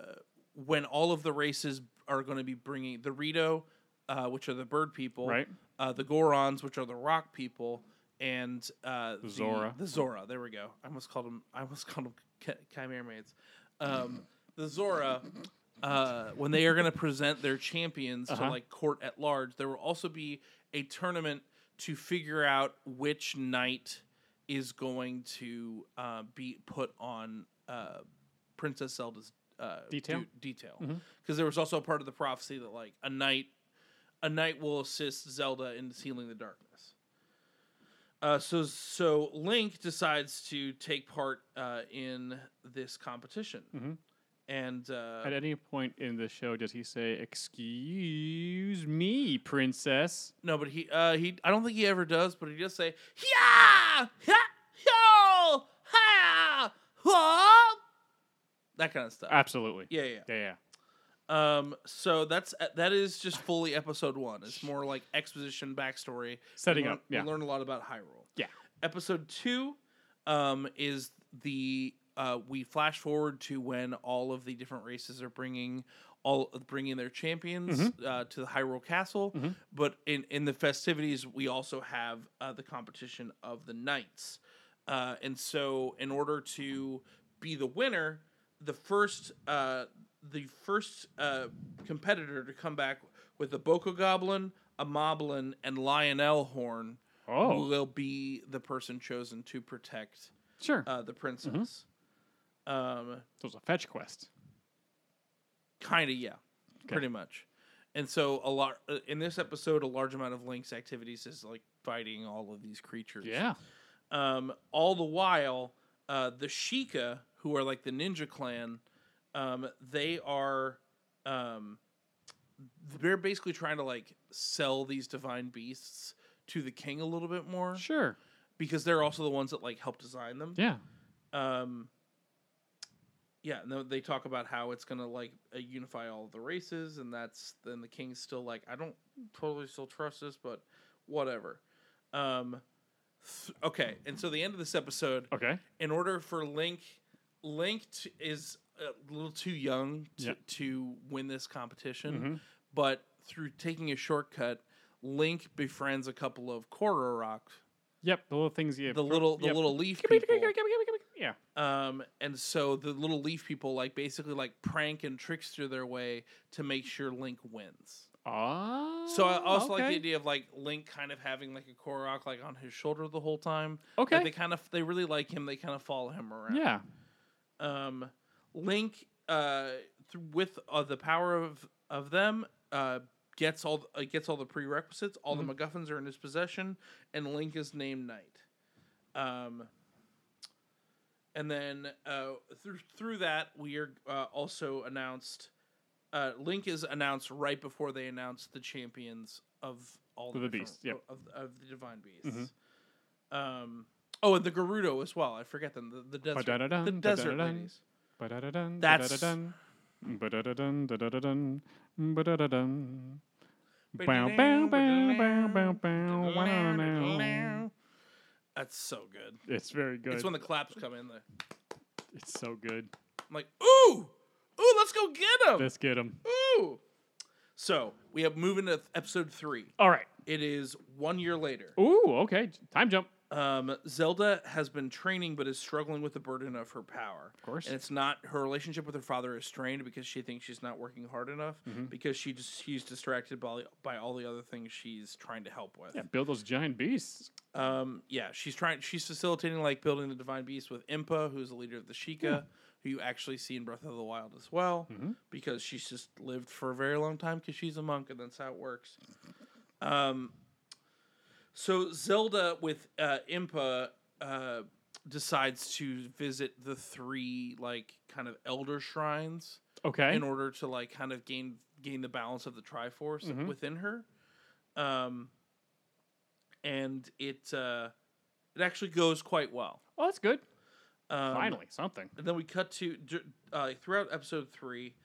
C: when all of the races are going to be bringing the Rito, uh, which are the bird people,
E: Right.
C: uh, the Gorons, which are the rock people, and uh, the
E: Zora.
C: The Zora. There we go. I almost called them. I almost called them chi- chimera maids. Um, the Zora uh, when they are going to present their champions to like court at large, there will also be a tournament to figure out which knight is going to uh, be put on uh, Princess Zelda's uh,
E: Detail?
C: du- detail, because there was also a part of the prophecy that like a knight, a knight will assist Zelda in sealing the darkness. Uh, so so Link decides to take part uh, in this competition, and uh,
E: At any point in the show, does he say, "Excuse me, princess"?
C: no, but he uh, he I don't think he ever does, but he does say yeah, yeah, yo, ha, huh?" that kind of
E: Uh,
C: stuff.
E: Absolutely.
C: yeah, yeah.
E: Yeah. Yeah.
C: Um, so that's that is just fully episode one. It's more like exposition, backstory,
E: Setting
C: we learn,
E: up, yeah.
C: we learn a lot about Hyrule.
E: Yeah.
C: Episode two, um, is the uh, we flash forward to when all of the different races are bringing all bringing their champions uh, to the Hyrule Castle. But in in the festivities, we also have uh, the competition of the knights. Uh, and so, in order to be the winner, the first uh, the first uh, competitor to come back with a Boko Goblin, a Moblin, and Lionel Horn
E: Oh.
C: will be the person chosen to protect
E: Sure.
C: uh, the princess.
E: Mm-hmm.
C: Um,
E: so it's a fetch quest.
C: kind of yeah pretty much and so a lot in this episode a large amount of link's activities is like fighting all of these creatures
E: Yeah.
C: um all the while uh the shika who are like the ninja clan um they are um they're basically trying to like sell these divine beasts to the king a little bit more
E: Sure.
C: because they're also the ones that like help design them
E: Yeah.
C: um yeah no they talk about how it's gonna like uh, unify all the races and that's then the king's still like i don't totally still trust this but whatever um th- okay and so the end of this episode
E: Okay.
C: in order for link link t- is a little too young to,
E: Yeah. Mm-hmm.
C: to win this competition but through taking a shortcut link befriends a couple of korra rock
E: Yep. The little things you.
C: the little the little leaf people
E: Yeah.
C: um, and so the little leaf people like basically like prank and trickster their way to make sure Link wins.
E: Oh.
C: So I also like the
E: okay.
C: idea of like Link kind of having like a Korok like on his shoulder the whole time. Like,
E: Okay.
C: they kind of they really like him. They kind of follow him around.
E: Yeah.
C: Um, Link, uh, th- with uh, the power of of them, uh, gets all uh, gets all the prerequisites. All the MacGuffins are in his possession, and Link is named Knight. Um, and then uh, through through that, we are uh, also announced. Uh, Link is announced right before they announce the champions of all the,
E: The
C: different-
E: beasts, yep.
C: of, of the divine beasts. Um, oh, and the Gerudo as well. I forget them. The, the desert, the
E: Ba-da-da-dun,
C: desert
E: ba-da-da-dun.
C: ladies.
E: Ba-da-da-dun,
C: That's-
E: ba-da-da-dun, ba-da-da-dun, da-da-da-dun, ba-da-da-dun. Bow, bow, bow, bow, bow, bow, wow, now.
C: That's so good.
E: It's very good.
C: It's when the claps come in. There.
E: It's so good.
C: I'm like, ooh, ooh, let's go get him.
E: Let's get them.
C: Ooh. So we have moving to episode three.
E: All right.
C: It is one year later.
E: Ooh, okay. Time jump.
C: Um, Zelda has been training, but is struggling with the burden of her power. Of
E: course.
C: and it's not her relationship with her father is strained because she thinks she's not working hard enough because she just she's distracted by by all the other things she's trying to help with.
E: Yeah, build those giant beasts.
C: Um, yeah, she's trying. She's facilitating like building the divine beast with Impa, who's the leader of the Sheikah, who you actually see in Breath of the Wild as well, because she's just lived for a very long time because she's a monk, and that's how it works. Um, so Zelda with uh, Impa uh, decides to visit the three like kind of elder shrines
E: Okay.
C: in order to like kind of gain gain the balance of the Triforce within her. Um, and it uh, it actually goes quite well.
E: Oh, that's good.
C: Um,
E: Finally, something.
C: and then we cut to dur- uh, throughout episode three.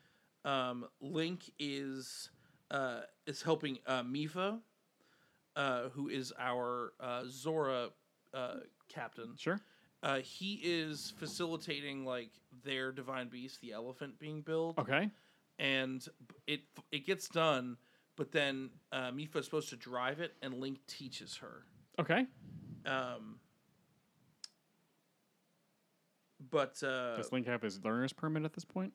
C: Um, Link is uh, is helping uh, Mifa, uh, who is our uh, Zora uh, captain.
E: Sure.
C: Uh, he is facilitating like their divine beast, the elephant, being built
E: Okay.
C: and it it gets done, but then uh, Mifa's supposed to drive it, and Link teaches her.
E: Okay.
C: Um, but uh,
E: Does Link have his learner's permit at this point?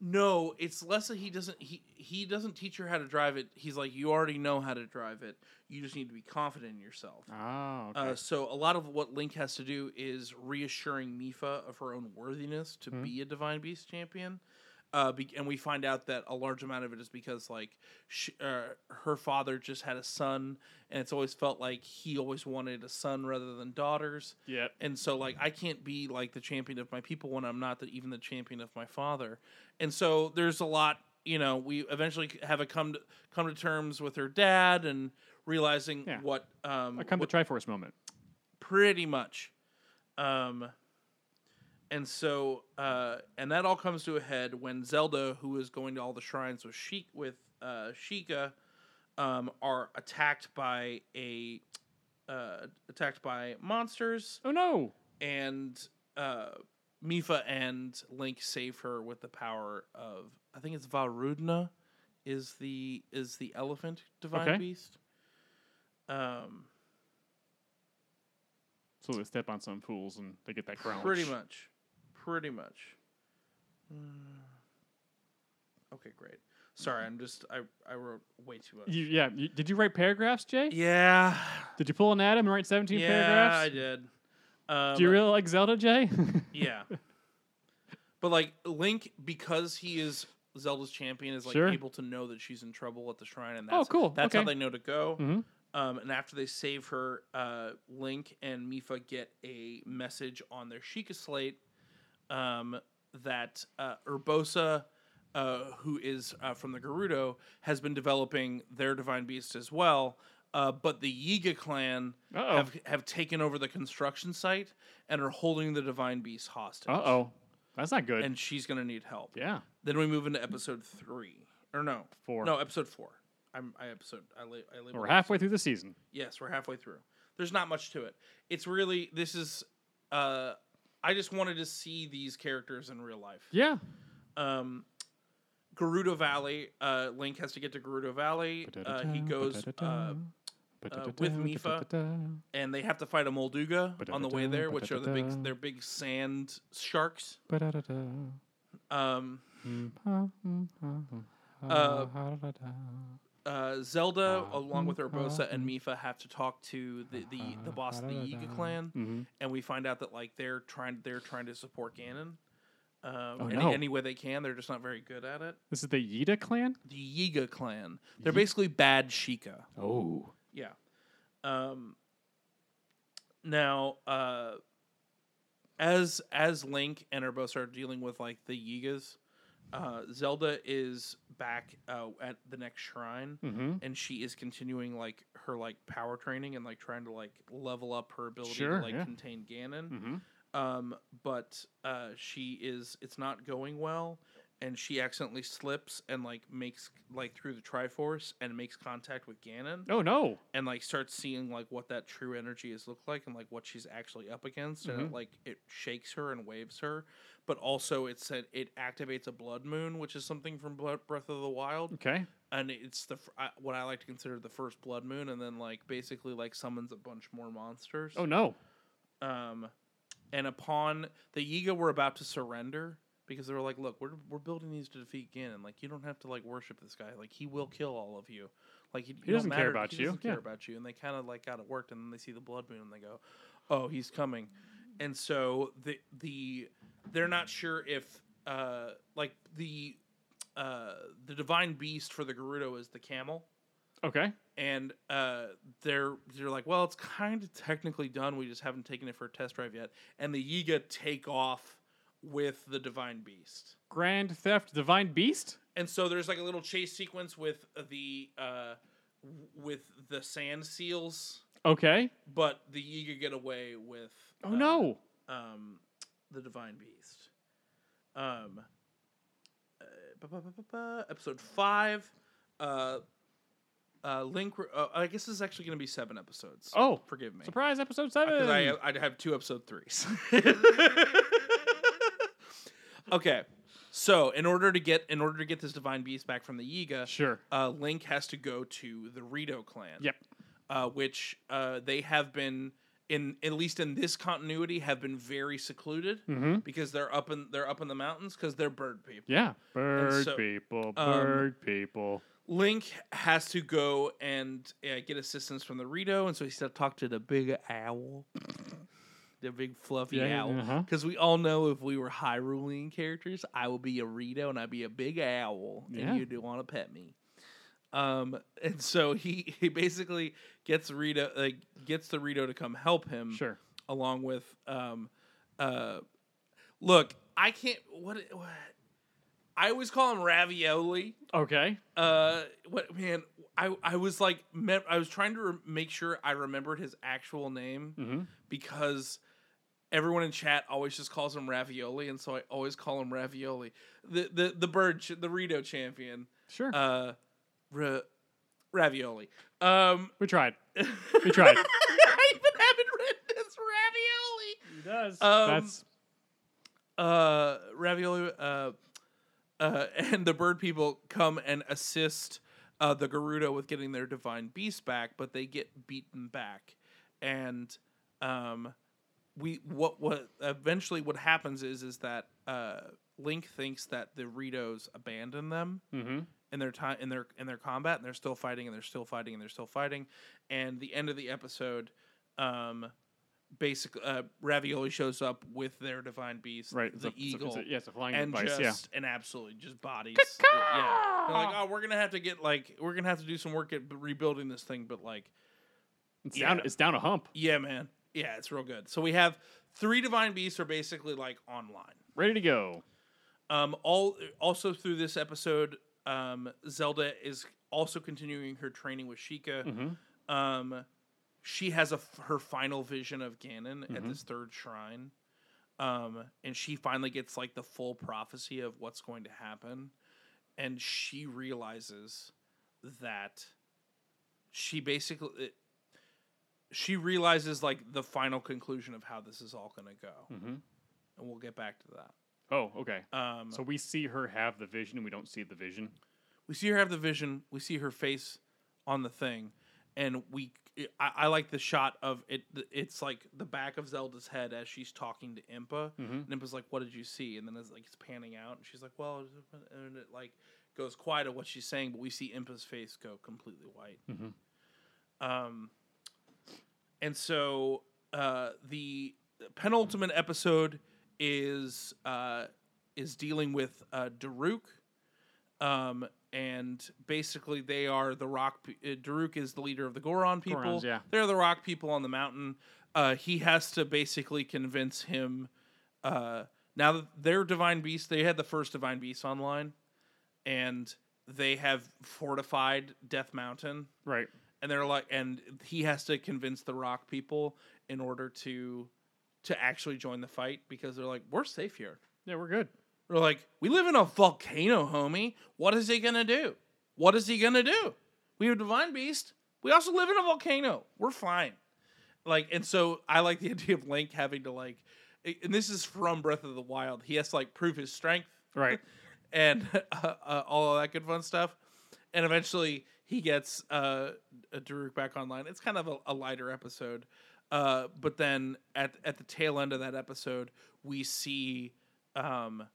C: No, it's less that he doesn't he he doesn't teach her how to drive it. He's like you already know how to drive it. You just need to be confident in yourself.
E: Oh, okay.
C: Uh, so a lot of what Link has to do is reassuring Mifa of her own worthiness to
E: Mm-hmm.
C: be a Divine Beast champion. Uh, be- and we find out that a large amount of it is because like sh uh, her father just had a son, and it's always felt like he always wanted a son rather than daughters.
E: Yep.
C: And so like I can't be like the champion of my people when I'm not the, even the champion of my father. And so there's a lot. You know, we eventually have a come to, come to terms with her dad and realizing
E: Yeah.
C: what um,
E: I come to Triforce moment.
C: pretty much um and so uh and that all comes to a head when zelda who is going to all the shrines with sheik with uh sheikah um are attacked by a uh attacked by monsters
E: Oh no!
C: and uh mifa and link save her with the power of i think it's varudna is the is the elephant divine
E: Okay.
C: beast um
E: So they step on some fools and they get that crown.
C: Pretty much. Pretty much. Mm. Okay, great. Sorry, I'm just I I wrote way too much.
E: You, yeah. You, did you write paragraphs, Jay?
C: yeah.
E: Did you pull an Adam and write 17
C: Yeah,
E: paragraphs?
C: I did. Um,
E: Do you really like Zelda, Jay?
C: Yeah. But like Link, because he is Zelda's champion, is like
E: Sure. Oh,
C: able to know that she's in trouble at the shrine, and that's
E: cool.
C: That's how
E: Okay.
C: they know to go.
E: Mhm.
C: Um, and after they save her, uh, Link and Mifa get a message on their Sheikah slate um, that uh, Urbosa, uh, who is uh, from the Gerudo, has been developing their divine beast as well. Uh, but the Yiga clan
E: Uh-oh.
C: have, have taken over the construction site and are holding the divine beast hostage
E: uh oh. That's not good.
C: and she's gonna need help.
E: yeah.
C: Then we move into episode three, or no,
E: Four.
C: No, episode four. I'm I episode I la- I labeled
E: We're
C: it.
E: halfway through the season.
C: Yes, we're halfway through. There's not much to it. It's really this is. Uh, I just wanted to see these characters in real life.
E: Yeah.
C: Um, Gerudo Valley. Uh, Link has to get to Gerudo Valley. Uh, he goes. Uh, uh, with Mifa. and they have to fight a Molduga on the way there, which are the big, they're big sand sharks. Um,
E: mm,
C: uh, uh, Zelda, along with Urbosa and Mifa, have to talk to the, the, the boss of the Yiga clan, and we find out that like they're trying they're trying to support Ganon, um, any,
E: no.
C: any way they can. They're just not very good at it.
E: This is the Yida clan?
C: The Yiga clan, they're basically bad Sheikah.
D: Oh.
C: Yeah. Um, now, uh, as as Link and Urbosa are dealing with like the Yigas, uh, Zelda is back uh, at the next shrine,
E: Mm-hmm,
C: and she is continuing like her like power training and like trying to like level up her ability
E: Sure,
C: to like
E: yeah. Hmm.
C: contain Ganon.
E: mm-hmm.
C: Um, but uh, she is it's not going well. And she accidentally slips and like makes like through the Triforce and makes contact with Ganon
E: Oh no.
C: and like starts seeing like what that true energy is looked like and like what she's actually up against
E: Mm-hmm.
C: and it, like it shakes her and waves her but also it said it activates a blood moon which is something from Blood- breath of the wild
E: Okay.
C: and it's the fir- I- what i like to consider the first blood moon and then like basically like summons a bunch more monsters
E: Oh no.
C: um and upon the yiga were about to surrender because they were like look we're, we're building these to defeat ganon like you don't have to like worship this guy like he will kill all of you like he, you don't
E: doesn't care
C: matter-
E: about
C: he
E: you,
C: doesn't care
E: yeah.
C: about you and they kind of like got it worked and then they see the blood moon and they go oh he's coming and so the the they're not sure if uh like the uh the divine beast for the gerudo is the camel
E: Okay.
C: and uh, they're they're like, well, it's kind of technically done. We just haven't taken it for a test drive yet. And the Yiga take off with the Divine Beast,
E: Grand Theft Divine Beast?
C: and so there's like a little chase sequence with the uh, w- with the sand seals,
E: Okay.
C: but the Yiga get away with
E: Oh
C: uh,
E: no.
C: um, the Divine Beast. Um, uh, ba- ba- ba- ba- ba, episode five. Uh, uh, Link. Uh, I guess this is actually going to be seven episodes.
E: Oh.
C: Uh, forgive me.
E: Surprise episode
C: Because I, uh,
E: seven.
C: I'd have two episode threes. okay, so in order to get in order to get this divine beast back from the Yiga,
E: Sure.
C: uh, Link has to go to the Rito clan
E: Yep.
C: uh, which uh, they have been in at least in this continuity have been very secluded
E: Mm-hmm.
C: because they're up in they're up in the mountains because they're bird people.
E: Yeah. Bird
C: so, um,
E: people, bird people.
C: Link has to go and uh, get assistance from the Rito, and so he still talk to the big owl, the big fluffy
E: Yeah,
C: owl.
E: uh-huh.
C: Because we all know if we were Hyrulean characters, I would be a Rito and I'd be a big owl,
E: Yeah.
C: and you'd want to pet me. Um, and so he he basically gets Rito like gets the Rito to come help him
E: Sure.
C: along with um uh look i can't what, what i always call him ravioli
E: Okay.
C: uh what man i i was like me- i was trying to re- make sure i remembered his actual name because everyone in chat always just calls him ravioli and so i always call him ravioli the the the bird ch- the rito champion
E: Sure.
C: uh ra- ravioli um
E: we tried. We tried.
C: i even haven't written this ravioli
E: He does.
C: Um,
E: That's
C: uh, ravioli, uh, uh, and the bird people come and assist uh, the Gerudo with getting their divine beast back, but they get beaten back. And um, we what what eventually what happens is is that uh, Link thinks that the Ritos abandon them
E: mm-hmm.
C: in their time in their in their combat, and they're still fighting, and they're still fighting, and they're still fighting. And the end of the episode. Um, basically uh, Ravioli shows up with their divine beast,
E: Right, it's
C: The
E: a- it's a-
C: eagle,
E: it's a- yeah, it's a flying
C: and
E: device,
C: just
E: yeah.
C: and absolutely just bodies. it- Yeah, They're like oh, we're gonna have to get like we're gonna have to do some work at rebuilding this thing, but like
E: it's down.
C: yeah.
E: It's down a hump,
C: yeah, man, yeah, it's real good. So we have three divine beasts are basically like online.
E: ready to go.
C: Um, all also through this episode, um, Zelda is also continuing her training with Sheikah.
E: Mm-hmm.
C: Um, she has a f- her final vision of Ganon at this third shrine, um, and she finally gets like the full prophecy of what's going to happen, and she realizes that she basically. It, she realizes like the final conclusion of how this is all going to go,
E: Mhm.
C: and we'll get back to that.
E: Oh, okay.
C: Um,
E: So we see her have the vision, and we don't see the vision.
C: we see her have the vision we see her face on the thing and we i, I like the shot of it it's like the back of zelda's head as she's talking to impa and impa's like what did you see and then it's like it's panning out and she's like well and it like goes quiet of what she's saying but we see impa's face go completely white um and so uh the penultimate episode is uh is dealing with uh daruk um, and basically they are the rock. pe- Uh, Daruk is the leader of the Goron people.
E: Gorons, yeah.
C: They're the rock people on the mountain. Uh, he has to basically convince him. Uh, now that they're divine beasts, they had the first divine beast online, and they have fortified Death Mountain
E: Right.
C: and they're like and he has to convince the rock people in order to to actually join the fight because they're like we're safe here
E: Yeah, we're good.
C: they're like we live in a volcano homie what is he gonna do what is he gonna do we have divine beast we also live in a volcano we're fine like and so i like the idea of link having to like and this is from breath of the wild he has to like prove his strength
E: Right.
C: and uh, uh, all of that good fun stuff. And eventually he gets uh, uh, Daruk back online. It's kind of a, a lighter episode. Uh, but then at, at the tail end of that episode, we see um,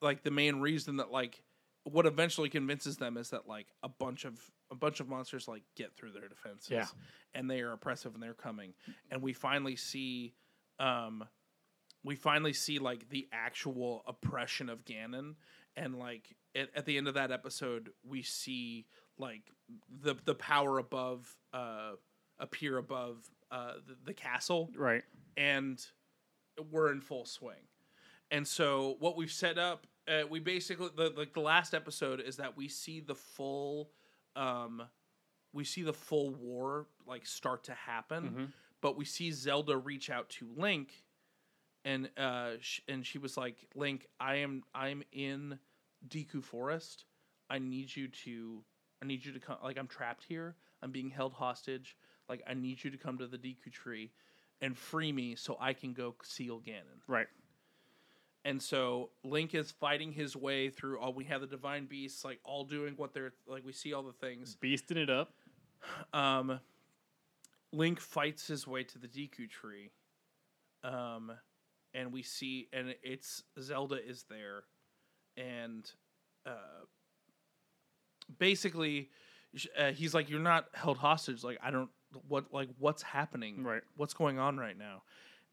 C: like the main reason that like what eventually convinces them is that like a bunch of a bunch of monsters like get through their defenses
E: Yeah.
C: and they are oppressive and they're coming. And we finally see um, we finally see like the actual oppression of Ganon, and like at, at the end of that episode, we see like the the power above uh, appear above uh, the, the castle,
E: Right.
C: and we're in full swing. And so what we've set up, uh, we basically the like the last episode is that we see the full, um, we see the full war like start to happen, but we see Zelda reach out to Link, and uh, sh- and she was like, Link, I am I'm in Deku Forest. I need you to I need you to come like I'm trapped here. I'm being held hostage. Like I need you to come to the Deku tree and free me so I can go seal Ganon.
E: Right.
C: And so Link is fighting his way through all we have the divine beasts like all doing what they're like we see all the things.
E: Beasting it up.
C: Um Link fights his way to the Deku tree. Um and we see and it's Zelda is there and uh basically sh- uh, he's like you're not held hostage like I don't what like what's happening
E: Right.
C: what's going on right now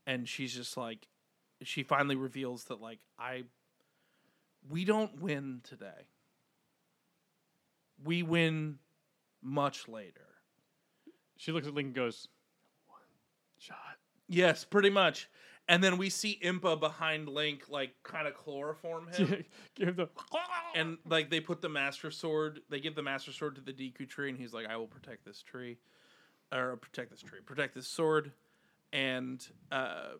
C: and she's just like she finally reveals that like I we don't win today we win much later
E: She looks at Link and goes, "One shot."
C: Yes, pretty much. And then we see Impa behind Link, like kind of chloroform him,
E: Give the
C: and like they put the Master Sword, they give the Master Sword to the Deku Tree, and he's like, "I will protect this tree, or protect this tree, protect this sword," and uh,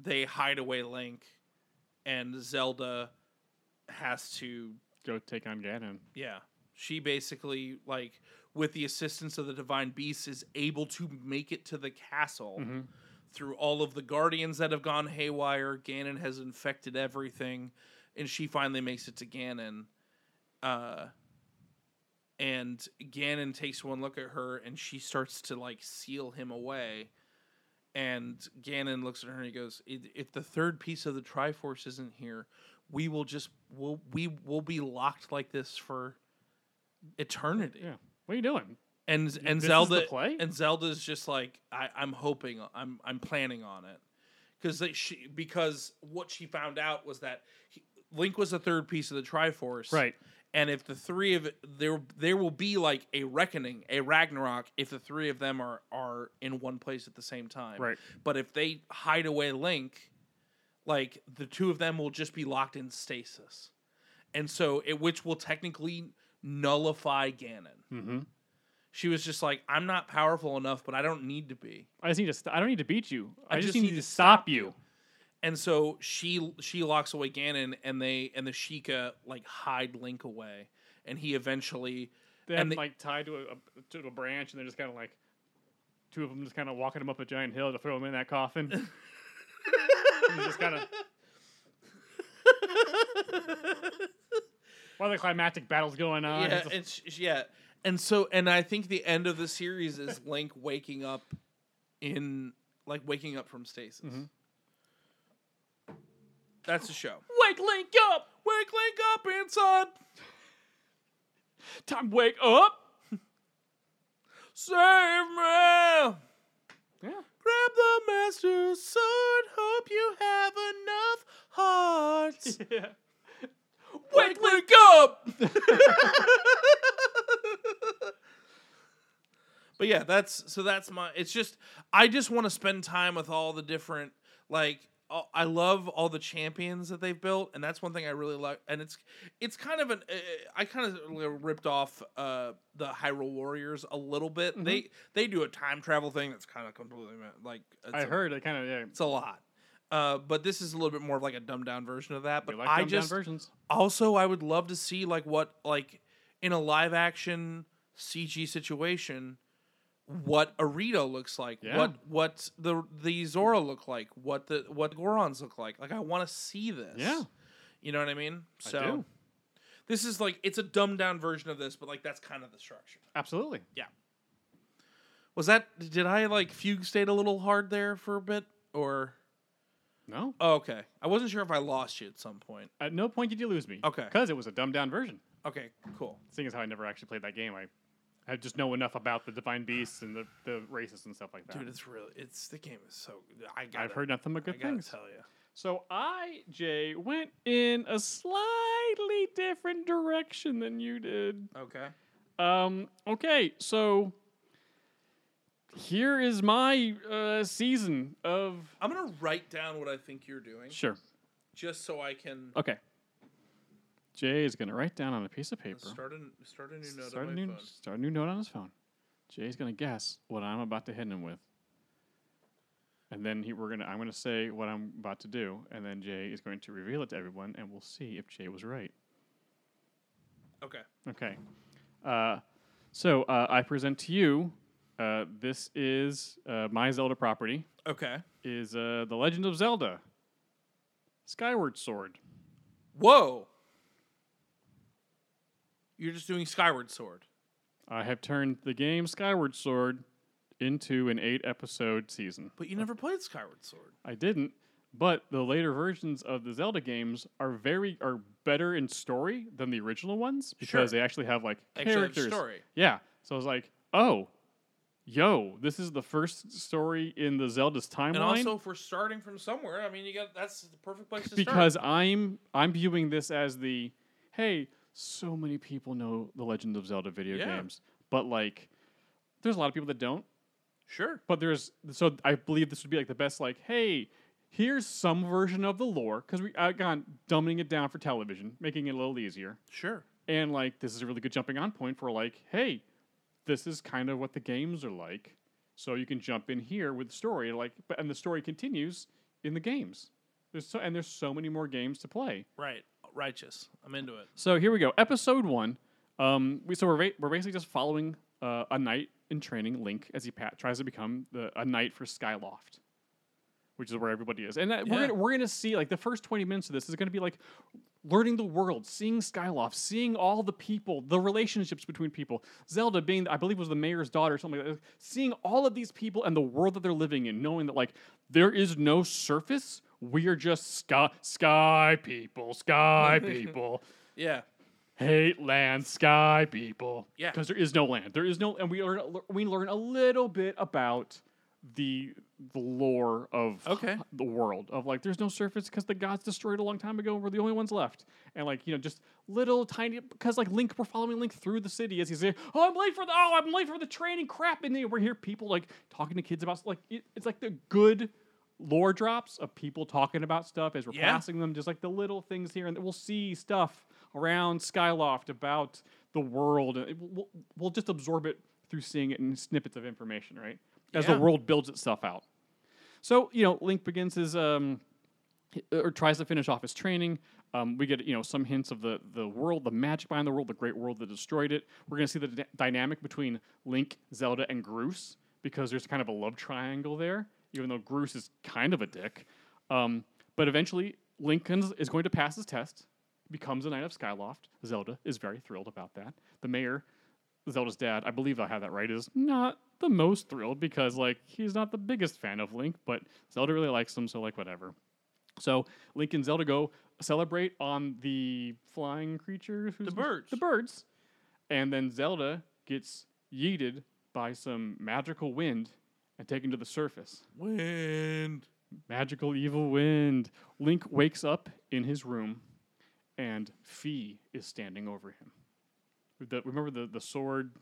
C: they hide away Link, and Zelda has to
E: go take on Ganon.
C: yeah. She basically, like, with the assistance of the divine beast, is able to make it to the castle
E: Mm-hmm.
C: through all of the guardians that have gone haywire. Ganon has infected everything, and she finally makes it to Ganon. Uh, and Ganon takes one look at her, and she starts to like seal him away. And Ganon looks at her and he goes, "If if the third piece of the Triforce isn't here, we will just we'll, we will be locked like this for eternity."
E: Yeah, what are you doing?
C: And and
E: this is
C: Zelda
E: the play?
C: and Zelda's just like I, I'm hoping I'm I'm planning on it because she because what she found out was that he, Link was the third piece of the Triforce,
E: Right.
C: and if the three of there there will be like a reckoning a ragnarok if the three of them are are in one place at the same time
E: Right.
C: but if they hide away link like the two of them will just be locked in stasis and so it which will technically nullify ganon
E: Mm-hmm.
C: she was just like i'm not powerful enough but i don't need to be
E: I just need to. St- I don't need to beat you. I, just, need, to stop you.
C: and so she she locks away ganon and they and the sheikah like hide link away and he eventually
E: They
C: And
E: have
C: the-
E: like tied to a, a- to a branch, and they're just kind of like two of them just kind of walking him up a giant hill to throw him in that coffin. and he's just kind of while the climactic battle's going on.
C: Yeah,
E: he's just-
C: and sh- sh- yeah, and so and I think the end of the series is Link waking up in like waking up from stasis.
E: Mm-hmm.
C: That's the show.
E: wake Link up!
C: Wake Link up, inside.
E: Time wake up!
C: Save me!
E: Yeah,
C: Grab the master's sword. Hope you have enough hearts.
E: yeah.
C: wake Link up. But yeah, that's so that's my it's just I just want to spend time with all the different like all- I love all the champions that they've built and that's one thing I really like and it's it's kind of an uh, I kind of ripped off uh the Hyrule Warriors a little bit.
E: Mm-hmm.
C: They they do a time travel thing that's kind of completely like it's
E: I
C: a-
E: heard it kind of. Yeah,
C: it's a lot. Uh, but this is a little bit more of like a dumbed down version of that.
E: we
C: But
E: like
C: I
E: dumbed down
C: just
E: versions.
C: also I would love to see like what like in a live action CG situation what Arito looks like,
E: Yeah.
C: what what the the Zora look like, what the what Gorons look like. Like I want to see this.
E: Yeah.
C: You know what I mean? So
E: do.
C: this is like it's a dumbed down version of this, but like that's kind of the structure.
E: Absolutely.
C: Was that did I like fugue state a little hard there for a bit or
E: No.
C: oh, okay. I wasn't sure if I lost you at some point.
E: At no point did you lose me.
C: Okay.
E: Because it was a dumbed down version.
C: Okay, cool.
E: seeing as how I never actually played that game, I, I just know enough about the divine beasts and the, the races and stuff like that.
C: Dude, it's really it's the game is so I got
E: I've heard nothing but
C: I
E: good
C: gotta
E: things.
C: tell you.
E: So I, Jay, went in a slightly different direction than you did.
C: Okay.
E: Um, okay, so here is my uh, season of.
C: I'm gonna write down what I think you're doing,
E: Sure.
C: just so I can
E: Okay. Jay is going to write down on a piece of paper.
C: start a start a new note
E: start,
C: on my
E: a new,
C: phone.
E: start a new note on his phone. Jay's gonna guess what I'm about to hit him with, and then he, we're gonna I'm gonna say what I'm about to do, and then Jay is going to reveal it to everyone, and we'll see if Jay was right.
C: Okay.
E: Okay. Uh, so uh, I present to you. Uh, this is uh, my Zelda property.
C: Okay.
E: Is uh, the Legend of Zelda: Skyward Sword.
C: Whoa. You're just doing Skyward Sword.
E: I have turned the game Skyward Sword into an eight episode season.
C: But you never played Skyward Sword.
E: I didn't, but the later versions of the Zelda games are very are better in story than the original ones because
C: Sure.
E: they actually have like
C: Actually have
E: characters.
C: story.
E: Yeah. So I was like, oh, yo, this is the first story in the Zelda's timeline.
C: And also, if we're starting from somewhere, I mean, you got that's the perfect place to
E: because
C: start.
E: I'm I'm viewing this as the hey, so many people know the Legend of Zelda video
C: Yeah.
E: games, but like, there's a lot of people that don't.
C: sure,
E: But there's so I believe this would be like the best like hey, here's some version of the lore because we again dumbing it down for television, making it a little easier,
C: sure,
E: and like this is a really good jumping on point for like hey, this is kind of what the games are like, so you can jump in here with the story like but and the story continues in the games. There's so and there's so many more games to play.
C: right, righteous. I'm into it.
E: So here we go, episode one. Um, we so we're ba- we're basically just following uh, a knight in training, Link, as he pa- tries to become the, a knight for Skyloft, which is where everybody is. And that, we're
C: Yeah.
E: gonna, we're gonna see like the first twenty minutes of this is gonna be like learning the world, seeing Skyloft, seeing all the people, the relationships between people. Zelda being, I believe, was the mayor's daughter, or something like that. Seeing all of these people and the world that they're living in, knowing that like there is no surface. We are just sky sky people, sky people
C: Yeah,
E: hate land sky people
C: Yeah.
E: because there is no land there is no and we learn we learn a little bit about the the lore of
C: Okay.
E: the world of like there's no surface because the gods destroyed a long time ago and we're the only ones left and like you know just little tiny because like link we're following link through the city as he's like oh i'm late for the oh i'm late for the training crap and then we hear people like talking to kids about like it, it's like the good lore drops of people talking about stuff as we're
C: Yeah.
E: passing them just like the little things here and we'll see stuff around skyloft about the world and it- we'll, we'll just absorb it through seeing it in snippets of information right as
C: Yeah.
E: the world builds itself out so you know link begins his um hi- or tries to finish off his training um, we get you know some hints of the the world the magic behind the world the great world that destroyed it we're going to see the d- dynamic between link zelda and groose because there's kind of a love triangle there even though groose is kind of a dick um, but eventually lincoln is going to pass his test becomes a knight of skyloft zelda is very thrilled about that the mayor Zelda's dad, I believe I have that right, is not the most thrilled because like he's not the biggest fan of Link, but Zelda really likes him, so like whatever. So Link and Zelda go celebrate on the flying creatures, who's
C: birds.
E: the birds, and then Zelda gets yeeted by some magical wind and taken to the surface.
C: wind.
E: Magical evil wind. Link wakes up in his room, and Fee is standing over him. The, remember the, the sword,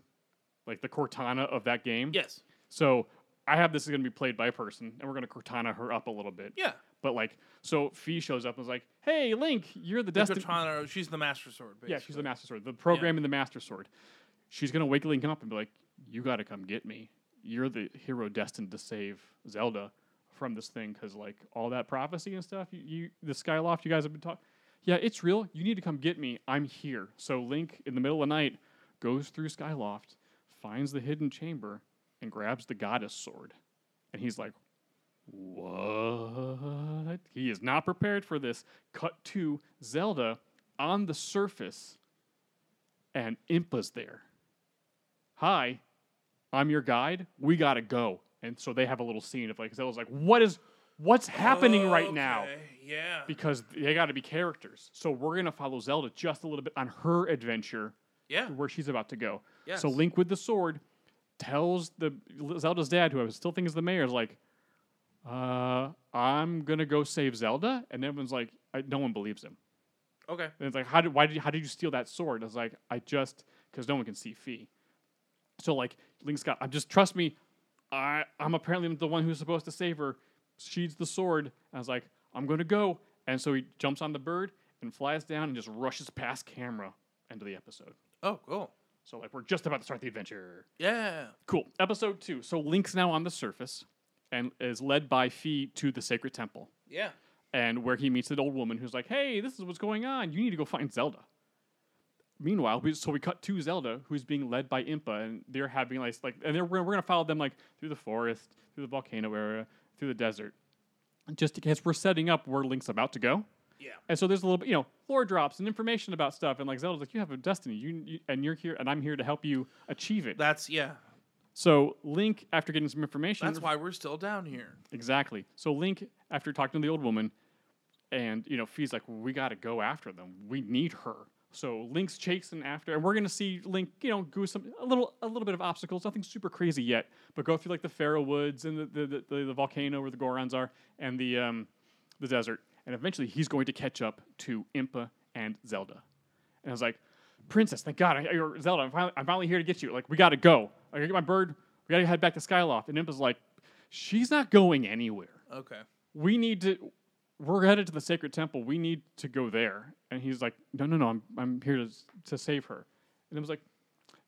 E: like the Cortana of that game?
C: Yes.
E: So I have this is going to be played by a person, and we're going to Cortana her up a little bit.
C: Yeah.
E: But like, so Fee shows up and is like, hey, Link, you're the
C: That's
E: destined.
C: Katana, she's the master sword. Basically.
E: Yeah, she's the Master Sword. The program in the Master Sword. She's gonna wake Link up and be like, "You gotta come get me. You're the hero destined to save Zelda from this thing, because like all that prophecy and stuff. You, you the Skyloft, you guys have been talking. Yeah, it's real. You need to come get me. I'm here." So Link, in the middle of the night, goes through Skyloft, finds the hidden chamber, and grabs the Goddess Sword. And he's like, what? He is not prepared for this. Cut to Zelda on the surface, and Impa's there. Hi, I'm your guide. We gotta go. And so they have a little scene of like Zelda's like, what is what's happening right now?
C: Okay, Yeah.
E: Because they gotta be characters. So we're gonna follow Zelda just a little bit on her adventure
C: Yeah.
E: where she's about to go.
C: Yes.
E: So Link with the sword tells the Zelda's dad, who I still think is the mayor, is like, uh, "I'm gonna go save Zelda," and everyone's like, I, "No one believes him."
C: Okay.
E: And it's like, "How did? Why did? you- How did you steal that sword?" And I was like, "I just because no one can see Fee." So like Link's got, "I'm just trust me, I I'm apparently the one who's supposed to save her." She's the sword. And I was like, "I'm gonna go," and so he jumps on the bird and flies down and just rushes past camera. End of the episode.
C: Oh, cool.
E: So like we're just about to start the adventure.
C: Yeah.
E: Cool. Episode two. So Link's now on the surface and is led by Fee to the sacred temple.
C: Yeah.
E: And where he meets an old woman who's like, Hey, this is what's going on. You need to go find Zelda. Meanwhile, we, so we cut to Zelda, who's being led by Impa, and they're having like, like and they're, we're, we're gonna follow them like through the forest, through the volcano area, through the desert, just because we're setting up where Link's about to go.
C: Yeah.
E: And so there's a little bit, you know, lore drops and information about stuff, and like Zelda's like, you have a destiny, you, you and you're here, and I'm here to help you achieve it.
C: That's yeah.
E: So Link, after getting some information,
C: That's why we're still down here.
E: Exactly. So Link, after talking to the old woman, and you know, Fee's like, "We got to go after them. We need her." So Link's chasing after, and we're gonna see Link, you know, go some a little a little bit of obstacles, nothing super crazy yet, but go through like the Pharaoh Woods and the the, the, the, the volcano where the Gorons are, and the um, the desert, and eventually he's going to catch up to Impa and Zelda. And I was like, Princess, thank God, I, or Zelda, I'm finally, I'm finally here to get you. Like, we gotta go. I gotta get my bird. We gotta head back to Skyloft. And Impa's like, she's not going anywhere.
C: Okay.
E: We need to. We're headed to the sacred temple. We need to go there. And he's like, No, no, no. I'm I'm here to s- to save her. And Impa's like,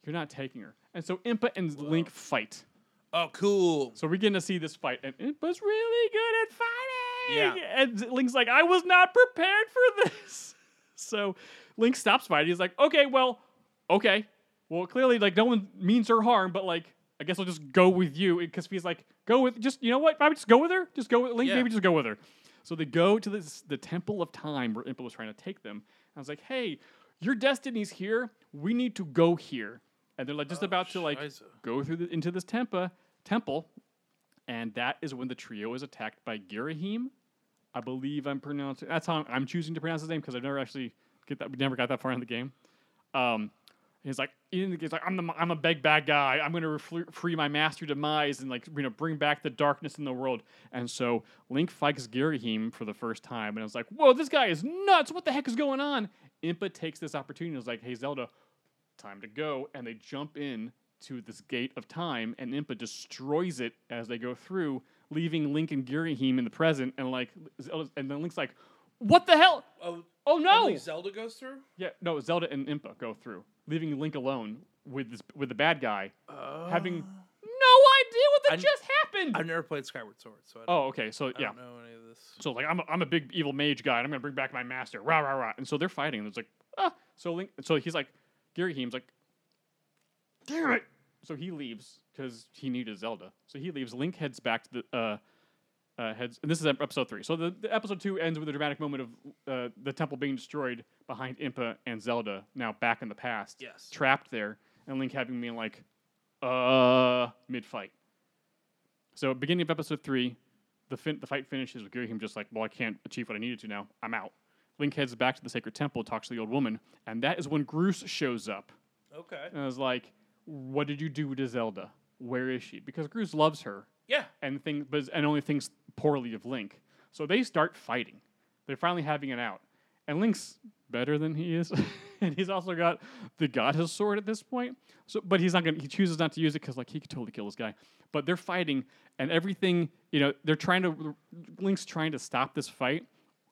E: You're not taking her. And so Impa and Link fight.
C: Oh, cool.
E: So we're getting to see this fight, and Impa's really good at fighting.
C: Yeah.
E: And Link's like, I was not prepared for this. So Link stops fighting. He's like, okay, well, okay. Well, clearly, like, no one means her harm, but like, I guess I'll just go with you. Because he's like, go with, just, you know what? Probably just go with her. Just go with Link,
C: Yeah.
E: maybe just go with her. So they go to this, the Temple of Time where Impa was trying to take them. I was like, hey, your destiny's here. We need to go here. And they're like just about to like
C: Oh, shiza.
E: go through the, into this tempa, temple, and that is when the trio is attacked by Girahim. I believe I'm pronouncing. That's how I'm, I'm choosing to pronounce his name because I've never actually get that. We never got that far in the game. Um, he's like, he's like, I'm the, I'm a big bad guy. I'm gonna refle- free my master demise and like, you know, bring back the darkness in the world. And so Link fights Girahim for the first time, and I was like, whoa, this guy is nuts. What the heck is going on? Impa takes this opportunity. and is like, hey Zelda, time to go and they jump in to this gate of time and impa destroys it as they go through leaving link and girahim in the present and like Zelda's- and then link's like what the hell
C: Oh,
E: oh no
C: only Zelda goes through?
E: yeah no zelda and impa go through leaving link alone with this with the bad guy having no idea what that
C: Oh. I-
E: just happened
C: I've never played Skyward Sword, so I don't,
E: oh okay so
C: I
E: yeah
C: don't know any of this.
E: so like I'm a, I'm a big evil mage guy, and I'm gonna bring back my master. Rah rah rah. And so they're fighting, and it's like ah. So Link, so he's like, Gary Heem's like, damn it. So he leaves because he needed Zelda. So he leaves. Link heads back to the uh, uh, heads, and this is ep- episode three. So the, the episode two ends with a dramatic moment of uh, the temple being destroyed behind Impa and Zelda, now back in the past,
C: Yes.
E: trapped there, and Link having me like, uh, mid fight. So beginning of episode three, the fin- the fight finishes with Girahim just like, well, I can't achieve what I needed to now. I'm out. Link heads back to the sacred temple, talks to the old woman, and that is when Groose shows up.
C: Okay.
E: And I was like, what did you do to Zelda? Where is she? Because Groose loves her
C: Yeah.
E: and think, but and only thinks poorly of Link. So they start fighting. They're finally having it out, and Link's better than he is, and he's also got the goddess sword at this point. So, but he's not gonna. He chooses not to use it because like he could totally kill this guy. But they're fighting, and everything you know, they're trying to. Link's trying to stop this fight,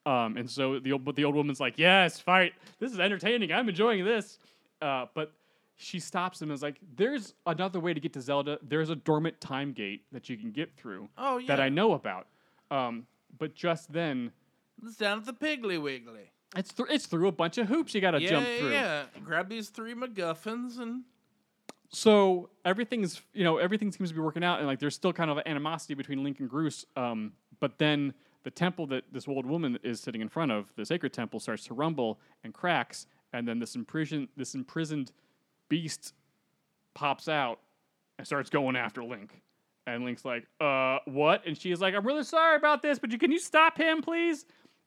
E: um, and so the old, but the old woman's like, "Yes, fight. This is entertaining. I'm enjoying this." Uh, but she stops him and is like, "There's another way to get to Zelda. There's a dormant time gate that you can get through
C: Oh,
E: that
C: yeah.
E: I know about." Um, but just then,
C: It's down at the Piggly Wiggly.
E: it's thr it's through a bunch of hoops you got to
C: Yeah,
E: jump
C: yeah,
E: through.
C: yeah. Grab these three MacGuffins and
E: so everything's you know everything seems to be working out and like there's still kind of animosity between link and Groose. um, but then the temple that this old woman is sitting in front of the sacred temple starts to rumble and cracks and then this imprisoned this imprisoned beast pops out and starts going after link and link's like uh what and she's like i'm really sorry about this but you can you stop him please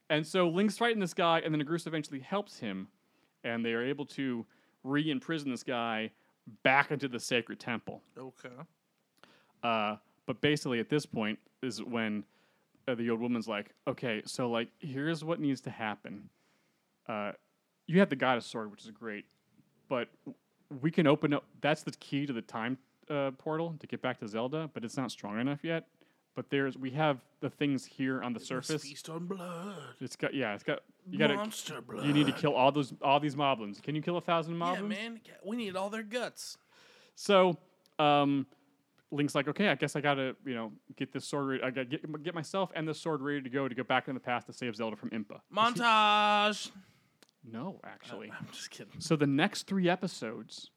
E: and so link's fighting this guy and then Groose eventually helps him and they are able to re-imprison this guy back into the sacred temple.
C: okay.
E: Uh, but basically, at this point is when uh, the old woman's like, "Okay, so like, here's what needs to happen. Uh, you have the goddess sword, which is great, but we can open up. That's the key to the time uh, portal to get back to Zelda, but it's not strong enough yet." But there's we have the things here on the surface.
C: Feast on blood.
E: It's got yeah, it's got you gotta
C: Monster blood.
E: you need to kill all those all these moblins. Can you kill a thousand moblins?
C: Yeah, man. ca- We need all their guts.
E: So, um, Link's like, okay, I guess I gotta, you know, get this sword. Ready. I gotta get, get myself and the sword ready to go to go back in the past to save Zelda from Impa.
C: Montage.
E: No, actually.
C: I'm just kidding.
E: So the next three episodes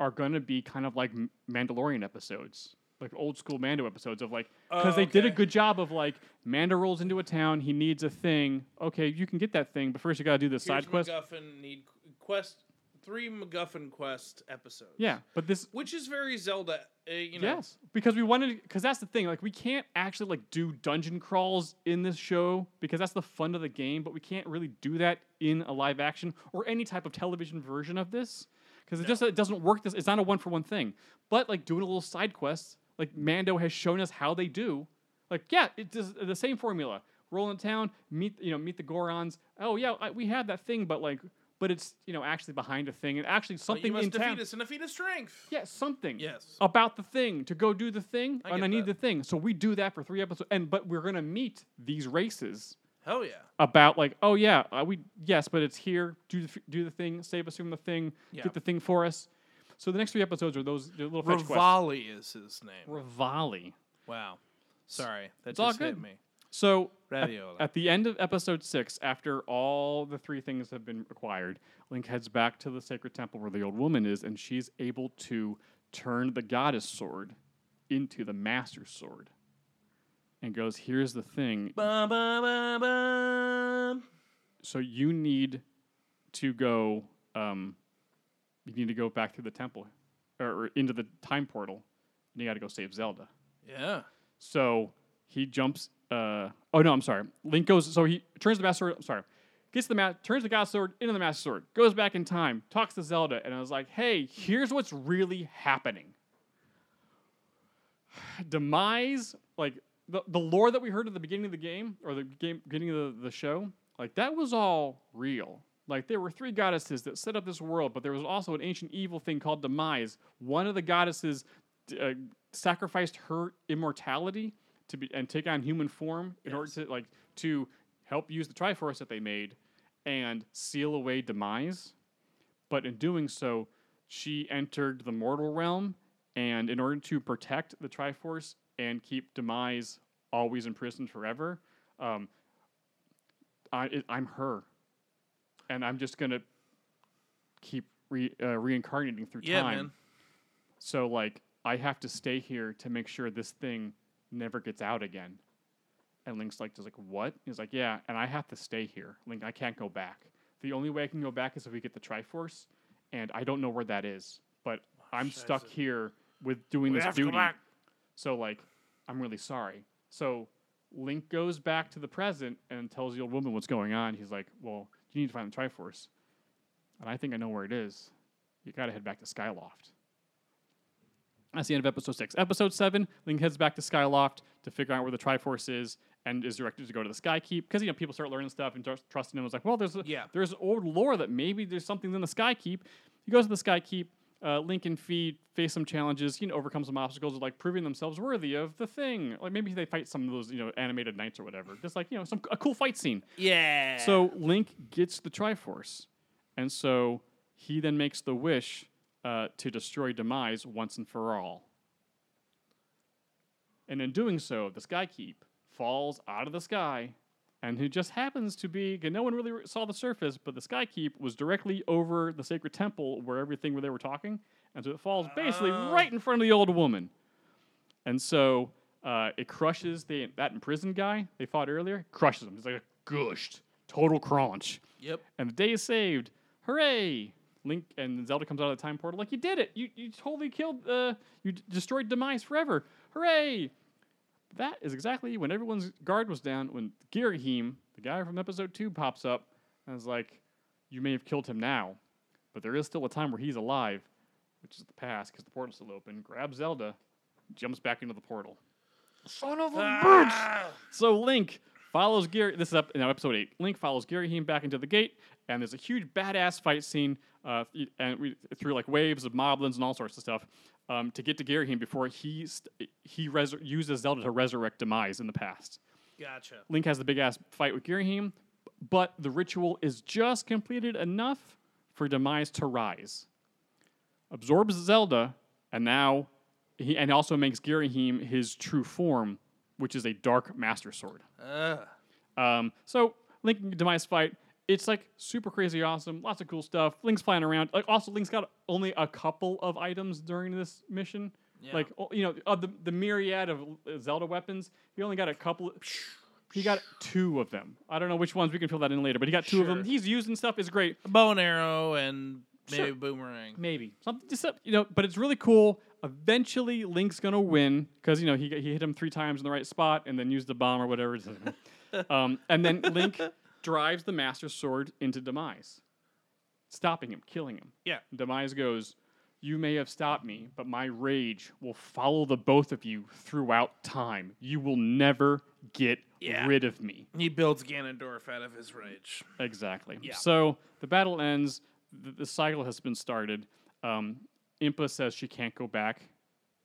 E: are gonna be kind of like M- Mandalorian episodes, like old school Mando episodes of like, because
C: Oh,
E: they did a
C: okay.
E: good job of like, Mando rolls into a town, he needs a thing. Okay, you can get that thing, but first you gotta do the side
C: Here's
E: quest.
C: MacGuffin. Need qu- quest. three MacGuffin quest episodes.
E: Yeah, but this
C: which is very Zelda. Uh, you know,
E: Yes, because we wanted because that's the thing. Like we can't actually like do dungeon crawls in this show because that's the fun of the game, but we can't really do that in a live action or any type of television version of this because it just it doesn't work. This it's not a one for one thing. But like doing a little side quest, like Mando has shown us how they do. Like yeah, it does the same formula. Roll in town, meet you know meet the Gorons. Oh yeah, I, we had that thing, but like but it's you know actually behind a thing and actually something
C: you
E: in
C: must defeat
E: town.
C: us in a feat of strength.
E: Yeah, something.
C: Yes.
E: About the thing to go do the thing, and
C: get
E: I need
C: that.
E: the thing. So we do that for three episodes, and but we're gonna meet these races
C: Hell yeah.
E: about like, oh yeah, uh, we yes, but it's here. Do the f- do the thing, save us from the thing,
C: Yeah.
E: get the thing for us. So the next three episodes are those the little fetch quests.
C: Rivali is his name.
E: Rivali.
C: Wow. Sorry, that
E: all
C: just hit
E: good.
C: me.
E: So at,
C: Ravioli.
E: at the end of episode six, after all the three things have been acquired, Link heads back to the sacred temple where the old woman is, and she's able to turn the goddess sword into the master sword. And goes, here's the thing.
C: Bum, bum, bum, bum.
E: So you need to go. Um, you need to go back through the temple, or, or into the time portal, and you got to go save Zelda.
C: Yeah.
E: So he jumps. Uh, oh no, I'm sorry. Link goes. So he turns the master sword. I'm sorry. Gets the mat. Turns the god sword into the master sword. Goes back in time. Talks to Zelda, and I was like, "Hey, here's what's really happening." Demise, like the, the lore that we heard at the beginning of the game or the game beginning of the, the show, like that was all real. Like there were three goddesses that set up this world, but there was also an ancient evil thing called demise. One of the goddesses d- uh, sacrificed her immortality to be and take on human form in order to like to help use the Triforce that they made and seal away demise but in doing so, she entered the mortal realm, and in order to protect the Triforce and keep Demise always imprisoned forever, um, I, it, I'm her, and I'm just gonna keep re, uh, reincarnating through
C: Yeah,
E: time.
C: man.
E: So like, I have to stay here to make sure this thing never gets out again. And Link's like, just like, what? He's like, yeah, and I have to stay here. Link, I can't go back. The only way I can go back is if we get the Triforce, and I don't know where that is. But I'm stuck here with doing this duty. So like, I'm really sorry. So Link goes back to the present and tells the old woman what's going on. He's like, well, you need to find the Triforce, and I think I know where it is. You gotta head back to Skyloft. That's the end of episode six. Episode seven, Link heads back to Skyloft to figure out where the Triforce is and is directed to go to the Skykeep because you know people start learning stuff and trust- trusting him. It's like, well, there's a,
C: Yeah.
E: there's old lore that maybe there's something in the Skykeep. He goes to the Skykeep. Uh, Link and Fee face some challenges, you know, overcome some obstacles, like proving themselves worthy of the thing. Like maybe they fight some of those, you know, animated knights or whatever. Just like you know, some a cool fight scene.
C: Yeah.
E: So Link gets the Triforce, and so he then makes the wish uh, to destroy Demise once and for all. And in doing so, the Skykeep falls out of the sky, and who just happens to be, and no one really re- saw the surface, but the Skykeep was directly over the sacred temple where everything where they were talking, and so it falls basically right in front of the old woman. And so uh, it crushes the that imprisoned guy they fought earlier, crushes him. It's like a gushed, total crunch.
C: Yep.
E: And the day is saved. Hooray! Link and Zelda comes out of the time portal like you did it. You you totally killed uh you d- destroyed demise forever. Hooray! That is exactly when everyone's guard was down when Girahim, the guy from episode 2 pops up and is like you may have killed him now, but there is still a time where he's alive, which is the past because the portal's still open. Grabs Zelda, jumps back into the portal. Ah! So Link follows Gary. This is up now, episode eight. Link follows Gary Heem back into the gate, and there's a huge badass fight scene, uh, th- and we, through like waves of moblins and all sorts of stuff, um, to get to Gary Heem before he st- he resur uses Zelda to resurrect Demise in the past.
C: Gotcha.
E: Link has the big ass fight with Girahim, but the ritual is just completed enough for Demise to rise. Absorbs Zelda, and now he and also makes Girahim his true form, which is a dark master sword. Um, so Link and Demise fight. It's like super crazy awesome, lots of cool stuff. Link's flying around. Like also Link's got only a couple of items during this mission. Like o- you know, of the, the myriad of uh, Zelda weapons, he only got a couple he got two of them. I don't know which ones we can fill that in later, but he got two of them. He's using stuff is great.
C: Bow and arrow and Maybe Boomerang.
E: Maybe something, just some- you know. But it's really cool. Eventually, Link's gonna win because you know he he hit him three times in the right spot and then used the bomb or whatever. to- um, and then Link drives the Master Sword into Demise, stopping him, killing him.
C: Yeah.
E: Demise goes, "You may have stopped me, but my rage will follow the both of you throughout time. You will never get
C: Yeah.
E: rid of me."
C: He builds Ganondorf out of his rage.
E: Exactly. So the battle ends. The, the cycle has been started. Um, Impa says she can't go back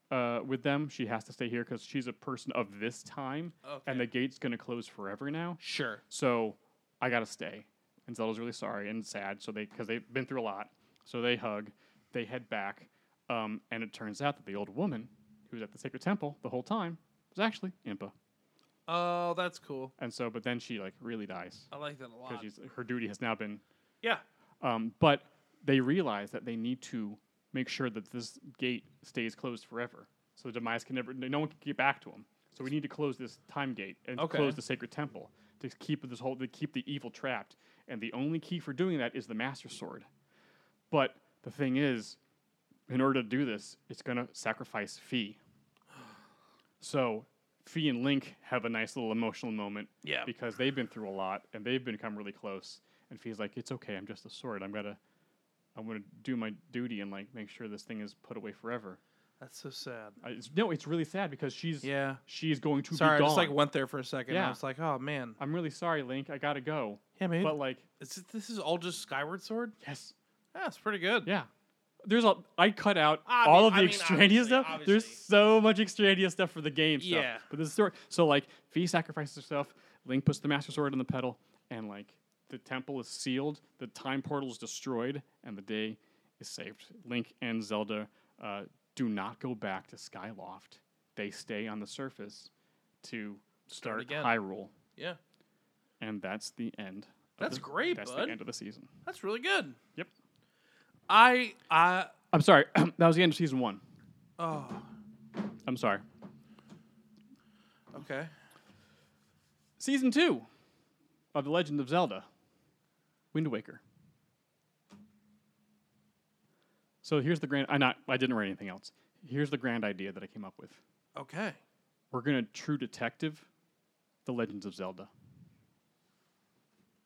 E: uh, with them. She has to stay here because she's a person of this time, and the gate's going to close forever now.
C: Sure.
E: So I got to stay. And Zelda's really sorry and sad. So they because they've been through a lot. So they hug. They head back. Um, and it turns out that the old woman who was at the sacred temple the whole time was actually Impa.
C: Oh, that's cool.
E: And so, but then she like really dies
C: I like that a lot.
E: because her duty has now been
C: Yeah.
E: um, but they realize that they need to make sure that this gate stays closed forever. So the demise can never, no one can get back to him. So we need to close this time gate and
C: Okay.
E: close the sacred temple to keep this whole, to keep the evil trapped. And the only key for doing that is the master sword. But the thing is, in order to do this, it's going to sacrifice Fee. So Fee and Link have a nice little emotional moment.
C: Yeah.
E: Because they've been through a lot and they've become really close. And Fee's like, it's okay. I'm just a sword. I'm gonna, I'm gonna do my duty and like make sure this thing is put away forever.
C: That's so sad.
E: I, it's, no, it's really sad because she's
C: Yeah.
E: she's going to
C: Sorry,
E: be
C: I
E: gone.
C: just like went there for a second. I
E: Yeah.
C: was like, oh man.
E: I'm really sorry, Link. I gotta go.
C: Yeah, man.
E: But like,
C: Is it, this is all just Skyward Sword?
E: yes,
C: That's pretty good.
E: yeah. There's a I cut out
C: Obvi-
E: all of
C: I
E: the
C: mean,
E: extraneous
C: obviously,
E: stuff. There's
C: obviously.
E: so much extraneous stuff for the game stuff.
C: Yeah.
E: But this story, so like Fee sacrifices herself. Link puts the Master Sword on the pedal, and like the temple is sealed, the time portal is destroyed, and the day is saved. Link and Zelda uh, do not go back to Skyloft. They stay on the surface to start,
C: again.
E: Hyrule,
C: Yeah.
E: and that's the end. of
C: That's
E: the-
C: great,
E: That's
C: bud.
E: the end of the season.
C: That's really good.
E: Yep.
C: I I
E: I'm sorry. that was the end of season one.
C: oh
E: I'm sorry.
C: okay.
E: season two of The Legend of Zelda Wind Waker. So here's the grand. I not. I didn't write anything else. Here's the grand idea that I came up with.
C: Okay.
E: We're gonna true detective, The Legends of Zelda.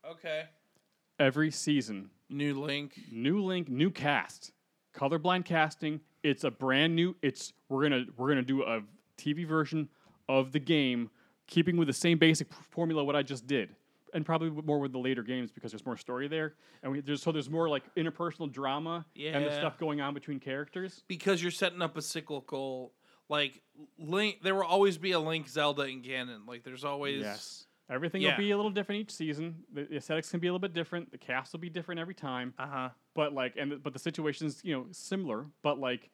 C: Okay.
E: Every season,
C: New Link.
E: new link, new cast, colorblind casting. It's a brand new. It's we're gonna we're gonna do a TV version of the game, keeping with the same basic p- formula what I just did, and probably w- more with the later games because there's more story there, and we, there's so there's more like interpersonal drama and the
C: Yeah.
E: stuff going on between characters.
C: Because you're setting up a cyclical like Link there will always be a Link, Zelda, and Ganon. Like there's always
E: Yes. Everything
C: Yeah.
E: will be a little different each season. The the aesthetics can be a little bit different. The cast will be different every time.
C: Uh-huh.
E: but like and the, but the situation's you know similar but like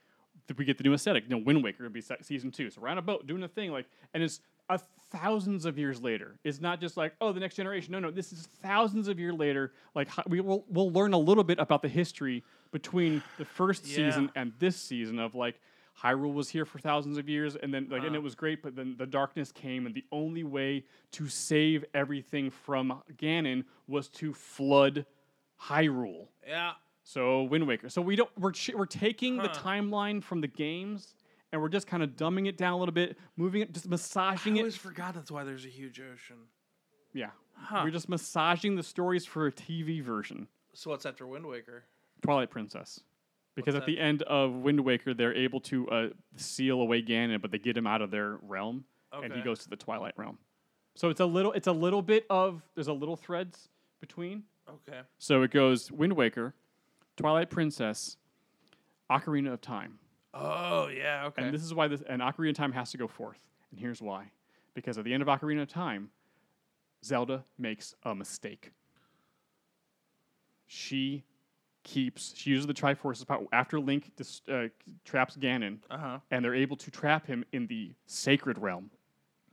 E: th- we get the new aesthetic you know wind waker would be se- season two so we're on a boat doing a thing like and it's a thousands of years later it's not just like oh the next generation no no this is thousands of year later like ho- we will we'll learn a little bit about the history between the first season and this season of like Hyrule was here for thousands of years, and then like, and it was great. But then the darkness came, and the only way to save everything from Ganon was to flood Hyrule.
C: Yeah.
E: So Wind Waker. So we don't we're ch- we're taking the timeline from the games and we're just kind of dumbing it down a little bit, moving it, just massaging
C: I
E: it.
C: always forgot that's why there's a huge ocean.
E: yeah, we're just massaging the stories for a TV version,
C: So what's after Wind Waker?
E: Twilight Princess. Because at the end of Wind Waker, they're able to uh, seal away Ganon, but they get him out of their realm, and he
C: Okay.
E: goes to the Twilight realm. So it's a little it's a little bit of there's a little threads between.
C: Okay.
E: So it goes Wind Waker, Twilight Princess, Ocarina of Time.
C: Oh yeah, okay.
E: And this is why this and Ocarina of Time has to go forth. And here's why. Because at the end of Ocarina of Time, Zelda makes a mistake. She keeps she uses the Triforce's power after Link dis, uh, traps Ganon,
C: uh-huh.
E: and they're able to trap him in the sacred realm.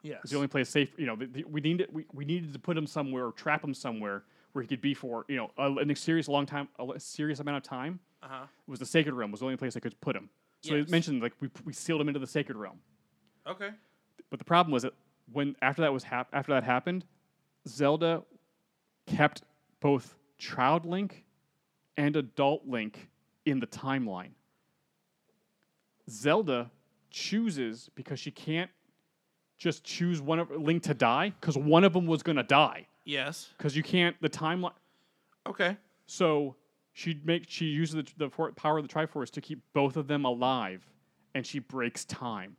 C: Yes.
E: It's the only place safe. You know, the, the- we needed we, we needed to put him somewhere or trap him somewhere where he could be for you know a, an serious long time, a l- serious amount of time.
C: Uh-huh.
E: Was the sacred realm was the only place I could put him. So
C: Yes.
E: it mentioned like we, we sealed him into the sacred realm.
C: Okay.
E: But the problem was that when after that was hap- after that happened, Zelda kept both child Link and adult Link in the timeline. Zelda chooses because she can't just choose one of Link to die because one of them was gonna die
C: Yes.
E: because you can't the timeline.
C: Okay.
E: So she makes she uses the, the for- power of the Triforce to keep both of them alive, and she breaks time.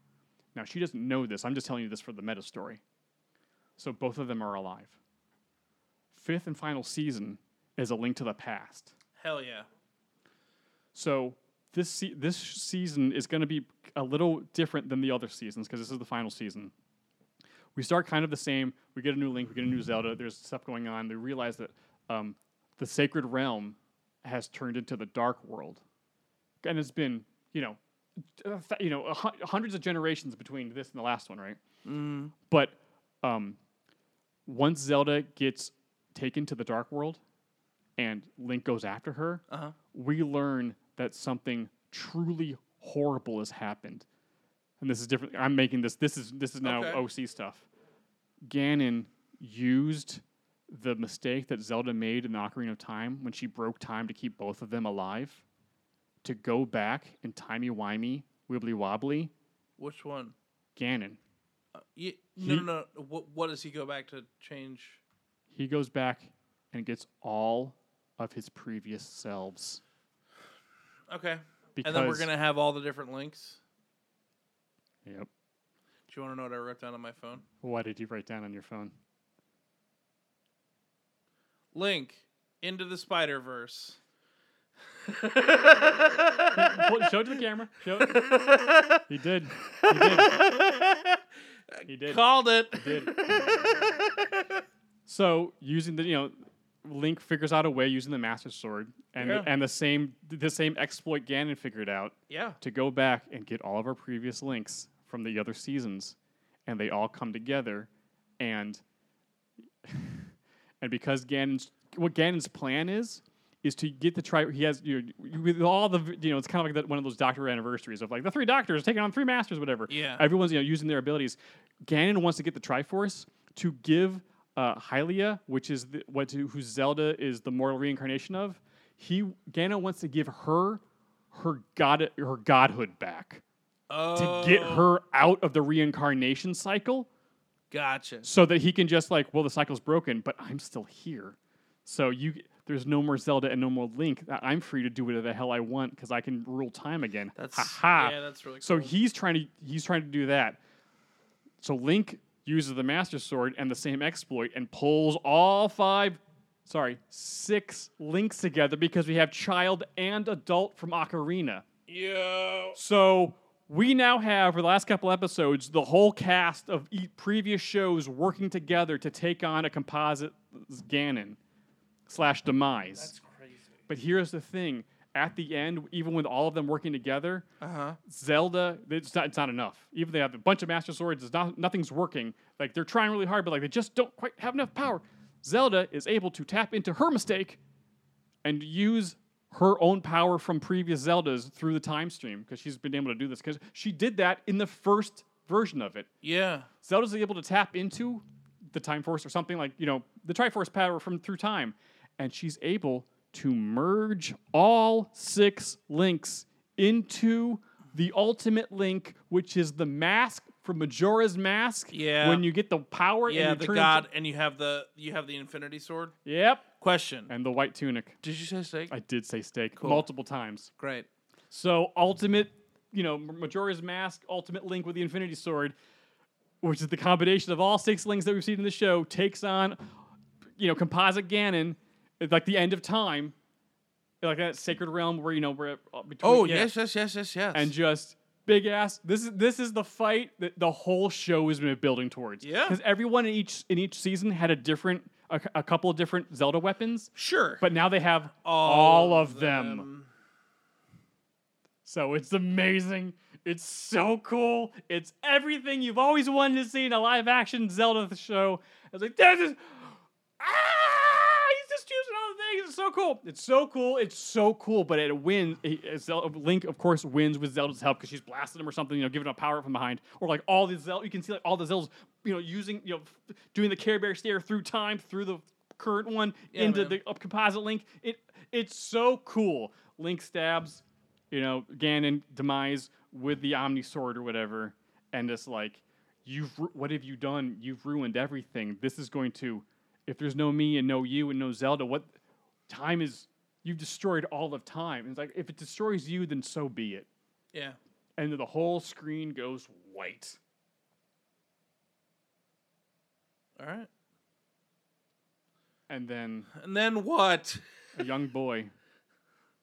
E: Now she doesn't know this. I'm just telling you this for the meta story. So both of them are alive. Fifth and final season is a link to the past.
C: Hell yeah.
E: So this se- this season is going to be a little different than the other seasons because this is the final season. We start kind of the same. We get a new Link. We get a new Zelda. There's stuff going on. They realize that um, the Sacred Realm has turned into the Dark World, and it's been you know uh, th- you know a hun- hundreds of generations between this and the last one, right? But um, once Zelda gets taken to the Dark World, and Link goes after her, we learn that something truly horrible has happened. And this is different. I'm making this. This is this is now
C: Okay.
E: OC stuff. Ganon used the mistake that Zelda made in the Ocarina of Time when she broke time to keep both of them alive, to go back and timey wimey, wibbly wobbly,
C: Which one?
E: Ganon.
C: You, no, no, no. What, what does he go back to change?
E: He goes back and gets all of his previous selves.
C: Okay.
E: Because
C: and then we're going to have all the different links.
E: Yep.
C: Do you want to know what I wrote down on my phone?
E: What did you write down on your phone?
C: Link into the Spider Verse.
E: Pull- show it to the camera. Show it. He did. He did. He did.
C: Called it.
E: So using the you know, Link figures out a way using the Master Sword, and
C: Yeah.
E: and the same the same exploit Ganon figured out
C: Yeah.
E: to go back and get all of our previous links from the other seasons, and they all come together, and and because Ganon's what Ganon's plan is is to get the tri he has you know, with all the you know it's kind of like that one of those doctor anniversaries of like the three doctors taking on three masters whatever
C: Yeah.
E: everyone's you know using their abilities. Ganon wants to get the Triforce to give uh, Hylia, which is the, what to, who Zelda is the mortal reincarnation of. He Ganon wants to give her her god her godhood back
C: Oh,
E: to get her out of the reincarnation cycle
C: gotcha.
E: so that he can just like, well, the cycle's broken, but I'm still here. So you, there's no more Zelda and no more Link. I- I'm free to do whatever the hell I want because I can rule time again.
C: That's-
E: ha ha.
C: yeah, that's really
E: So
C: cool.
E: he's trying to he's trying to do that. So Link uses the Master Sword and the same exploit and pulls all five, sorry, six links together because we have child and adult from Ocarina.
C: Yo.
E: So we now have, for the last couple episodes, the whole cast of e- previous shows working together to take on a composite Ganon slash demise. That's crazy. But here's the thing: at the end, even with all of them working together, uh-huh. Zelda, it's not, it's not enough. Even they have a bunch of Master Swords, it's not, nothing's working. Like they're trying really hard, but like they just don't quite have enough power. Zelda is able to tap into her mistake and use her own power from previous Zeldas through the time stream because she's been able to do this because she did that in the first version of it.
C: Yeah.
E: Zelda's able to tap into the Time Force or something like you know the Triforce power from through time, and she's able to merge all six links into the ultimate link, which is the mask from Majora's Mask.
C: Yeah.
E: When you get the power,
C: Yeah,
E: and you
C: the
E: turn
C: god, and you have the you have the Infinity Sword.
E: Into, yep.
C: Question:
E: And the white tunic.
C: Did you say steak?
E: I did say steak multiple times.
C: Great.
E: So ultimate, you know, Majora's Mask, ultimate link with the Infinity Sword, which is the combination of all six links that we've seen in the show, takes on, you know, composite Ganon, at, like the end of time, like that sacred realm where you know we're uh, between.
C: Oh
E: yeah,
C: yes, yes, yes, yes, yes.
E: and just big ass. This is this is the fight that the whole show has been building towards.
C: Yeah.
E: because everyone in each in each season had a different, a, a couple of different Zelda weapons.
C: sure,
E: But now they have all, of them. So it's amazing. It's so cool. It's everything you've always wanted to see in a live action Zelda show. It's like, this is. Ah! He's just choosing all the things. It's so cool. It's so cool. It's so cool. But it wins. It, it- Zel- Link, of course, wins with Zelda's help because she's blasting him or something, you know, giving him a power up from behind. Or like all the Zelda, you can see like all the Zeldas, you know, using, you know, f- doing the Care Bear stare through time, through the current one, into
C: man.
E: the up composite link. It It's so cool. Link stabs, you know, Ganon demise with the Omni Sword or whatever, and it's like, you've ru- what have you done? You've ruined everything. This is going to, if there's no me and no you and no Zelda, what time is? You've destroyed all of time. And it's like if it destroys you, then so be it.
C: Yeah.
E: And then the whole screen goes white.
C: All right.
E: And then
C: And then what?
E: a young boy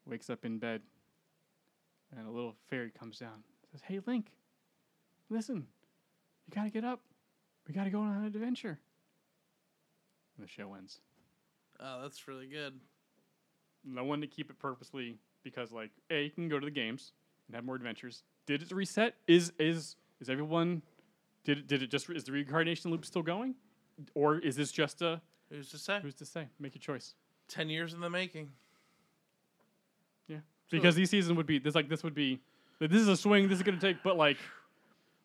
E: wakes up in bed and a little fairy comes down says hey link listen you gotta get up we gotta go on an adventure and the show ends
C: Oh, that's really good.
E: and i wanted to keep it purposely because like a you can go to the games and have more adventures did it reset is is is everyone did it, did it just is the reincarnation loop still going or is this just a
C: Who's to say?
E: who's to say make your choice
C: Ten years in the making.
E: Yeah, because these season would be this like this would be like, this is a swing. This is gonna take, but like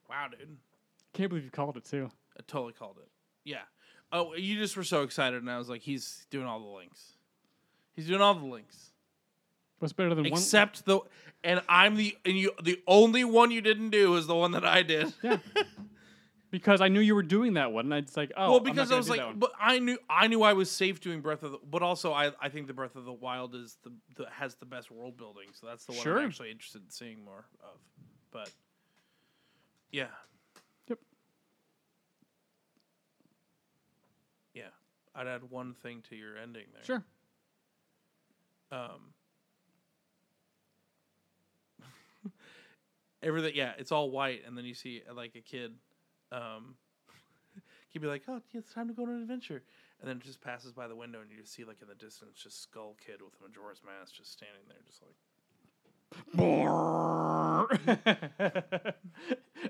C: Wow, dude.
E: can't believe you called it too.
C: I totally called it. Yeah. Oh, you just were so excited, and I was like, he's doing all the links. He's doing all the links
E: What's better than
C: except the, and I'm the and you the only one you didn't do is the one that I did.
E: one? Because I knew you were doing that one, and I just like oh,
C: well,
E: I'm not
C: because I
E: gonna
C: was
E: do that
C: like,
E: one.
C: but I knew I knew I was safe doing Breath of the, but also I I think the Breath of the Wild is the, the has the best world building, so that's the one
E: Sure.
C: I'm actually interested in seeing more of. But yeah,
E: Yep.
C: yeah, I'd add one thing to your ending there.
E: sure.
C: Um, everything, yeah, it's all white, and then you see uh, like a kid, um, he'd be like, "Oh, yeah, it's time to go on an adventure," and then it just passes by the window, and you just see like in the distance, just Skull Kid with a Majora's Mask just standing there, just like,
E: and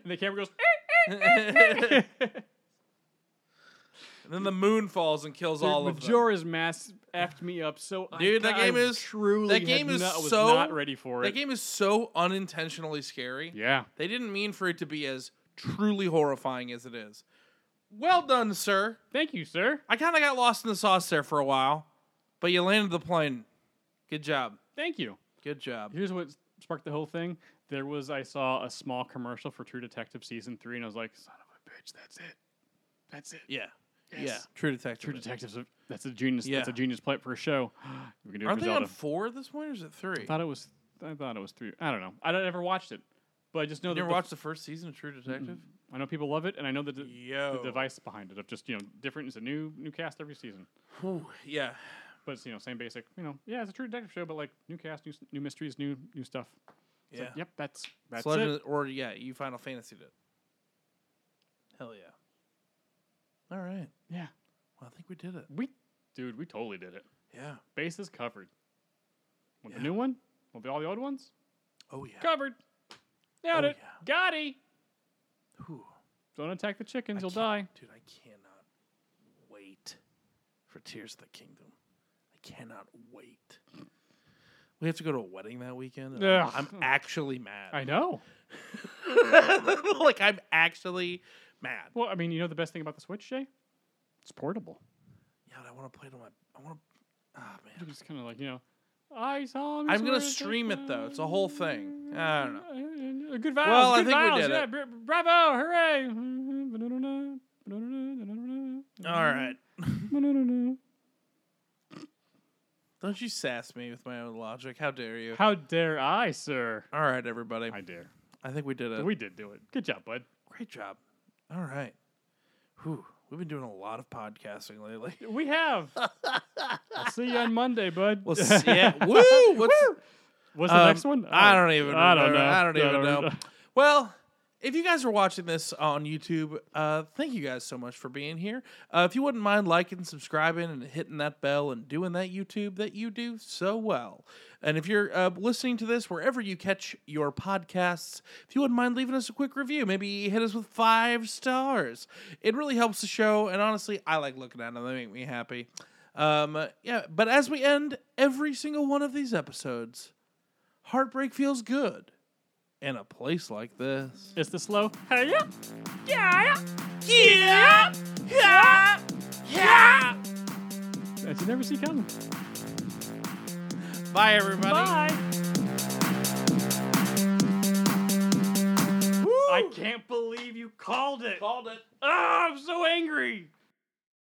E: the camera goes.
C: and then the moon falls and kills all of them.
E: Majora's Mask effed me up so. I-
C: Dude, that
E: I
C: game is-
E: truly.
C: that
E: had
C: game is
E: not, was
C: so-
E: not ready for
C: That
E: it.
C: game is so unintentionally scary.
E: yeah,
C: They didn't mean for it to be as truly horrifying as it is. Well done, sir.
E: thank you, sir.
C: I kind of got lost in the sauce there for a while, but you landed the plane. Good job.
E: Thank you.
C: Good job.
E: Here's what sparked the whole thing. There was I saw a small commercial for True Detective season three, and I was like, "Son of a bitch, that's it, that's it."
C: Yeah. Yeah. True detective.
E: True Detectives, a- that's a genius. That's a
C: Yeah.
E: genius play for a show. we can do it
C: Aren't
E: for
C: they
E: Zelda.
C: on four at this point, or is it three?
E: I thought it was. I thought it was three. I don't know. I don't ever watched it, but I just know
C: you
E: that
C: never
E: the-
C: watched the first season of True Detective?
E: I know people love it, and I know that the, the
C: Yo.
E: device behind it of just you know different. It's a new new cast every season,
C: Whew, yeah.
E: but it's you know same basic. You know, yeah, it's a True Detective show, but like new cast, new s- new mysteries, new new stuff. It's
C: Yeah.
E: like, yep, that's that's
C: It's Legend
E: it.
C: of- Or, yeah, you Final Fantasy did. Hell yeah. All right.
E: Yeah.
C: Well, I think we did it.
E: We, dude, we totally did it.
C: Yeah.
E: Base is covered. Want the new one? Want the, all the old ones?
C: Oh, yeah.
E: Covered. Nailed
C: Oh,
E: it.
C: yeah.
E: Got it.
C: Whew.
E: Don't attack the chickens,
C: I
E: you'll die.
C: can't- Dude, I cannot wait for Tears of the Kingdom. I cannot wait. We have to go to a wedding that weekend. and I'm-
E: Ugh.
C: I'm actually mad.
E: I know.
C: like, I'm actually mad.
E: Well, I mean, you know the best thing about the Switch, Jay? It's portable.
C: Yeah, but I want to play it on my. I want to. Ah,
E: It's
C: man.
E: just kind of like, you know, I saw
C: I'm going to stream it, though. It's a whole thing. I don't know.
E: know. Uh, Good vibes.
C: Well, I
E: good
C: think we
E: vibes,
C: did
E: yeah,
C: it.
E: bra- Bravo. Hooray.
C: All right. Don't you sass me with my own logic. How dare you?
E: How dare I, sir?
C: All right, everybody.
E: I dare.
C: I think we did it.
E: We did do it. Good job, bud.
C: Great job. All right. Whew. We've been doing a lot of podcasting lately.
E: We have. I'll see you on Monday, bud.
C: Well, s- yeah. Woo! What's
E: What's the
C: um,
E: next one? Oh,
C: I don't even.
E: I don't
C: remember.
E: know.
C: I don't even know.
E: know.
C: Well, if you guys are watching this on YouTube, uh, thank you guys so much for being here. Uh, if you wouldn't mind liking, subscribing, and hitting that bell and doing that YouTube that you do so well. And if you're uh, listening to this wherever you catch your podcasts, if you wouldn't mind leaving us a quick review, maybe hit us with five stars. It really helps the show, and honestly, I like looking at them. They make me happy. Um, yeah, but as we end every single one of these episodes, heartbreak feels good in a place like this.
E: It's the slow. Hey, yeah. Yeah.
C: Yeah! Yeah! Yeah!
E: That you never see coming.
C: Bye, everybody.
D: Bye. I can't believe you called it.
C: Called it.
D: Ah, I'm so angry.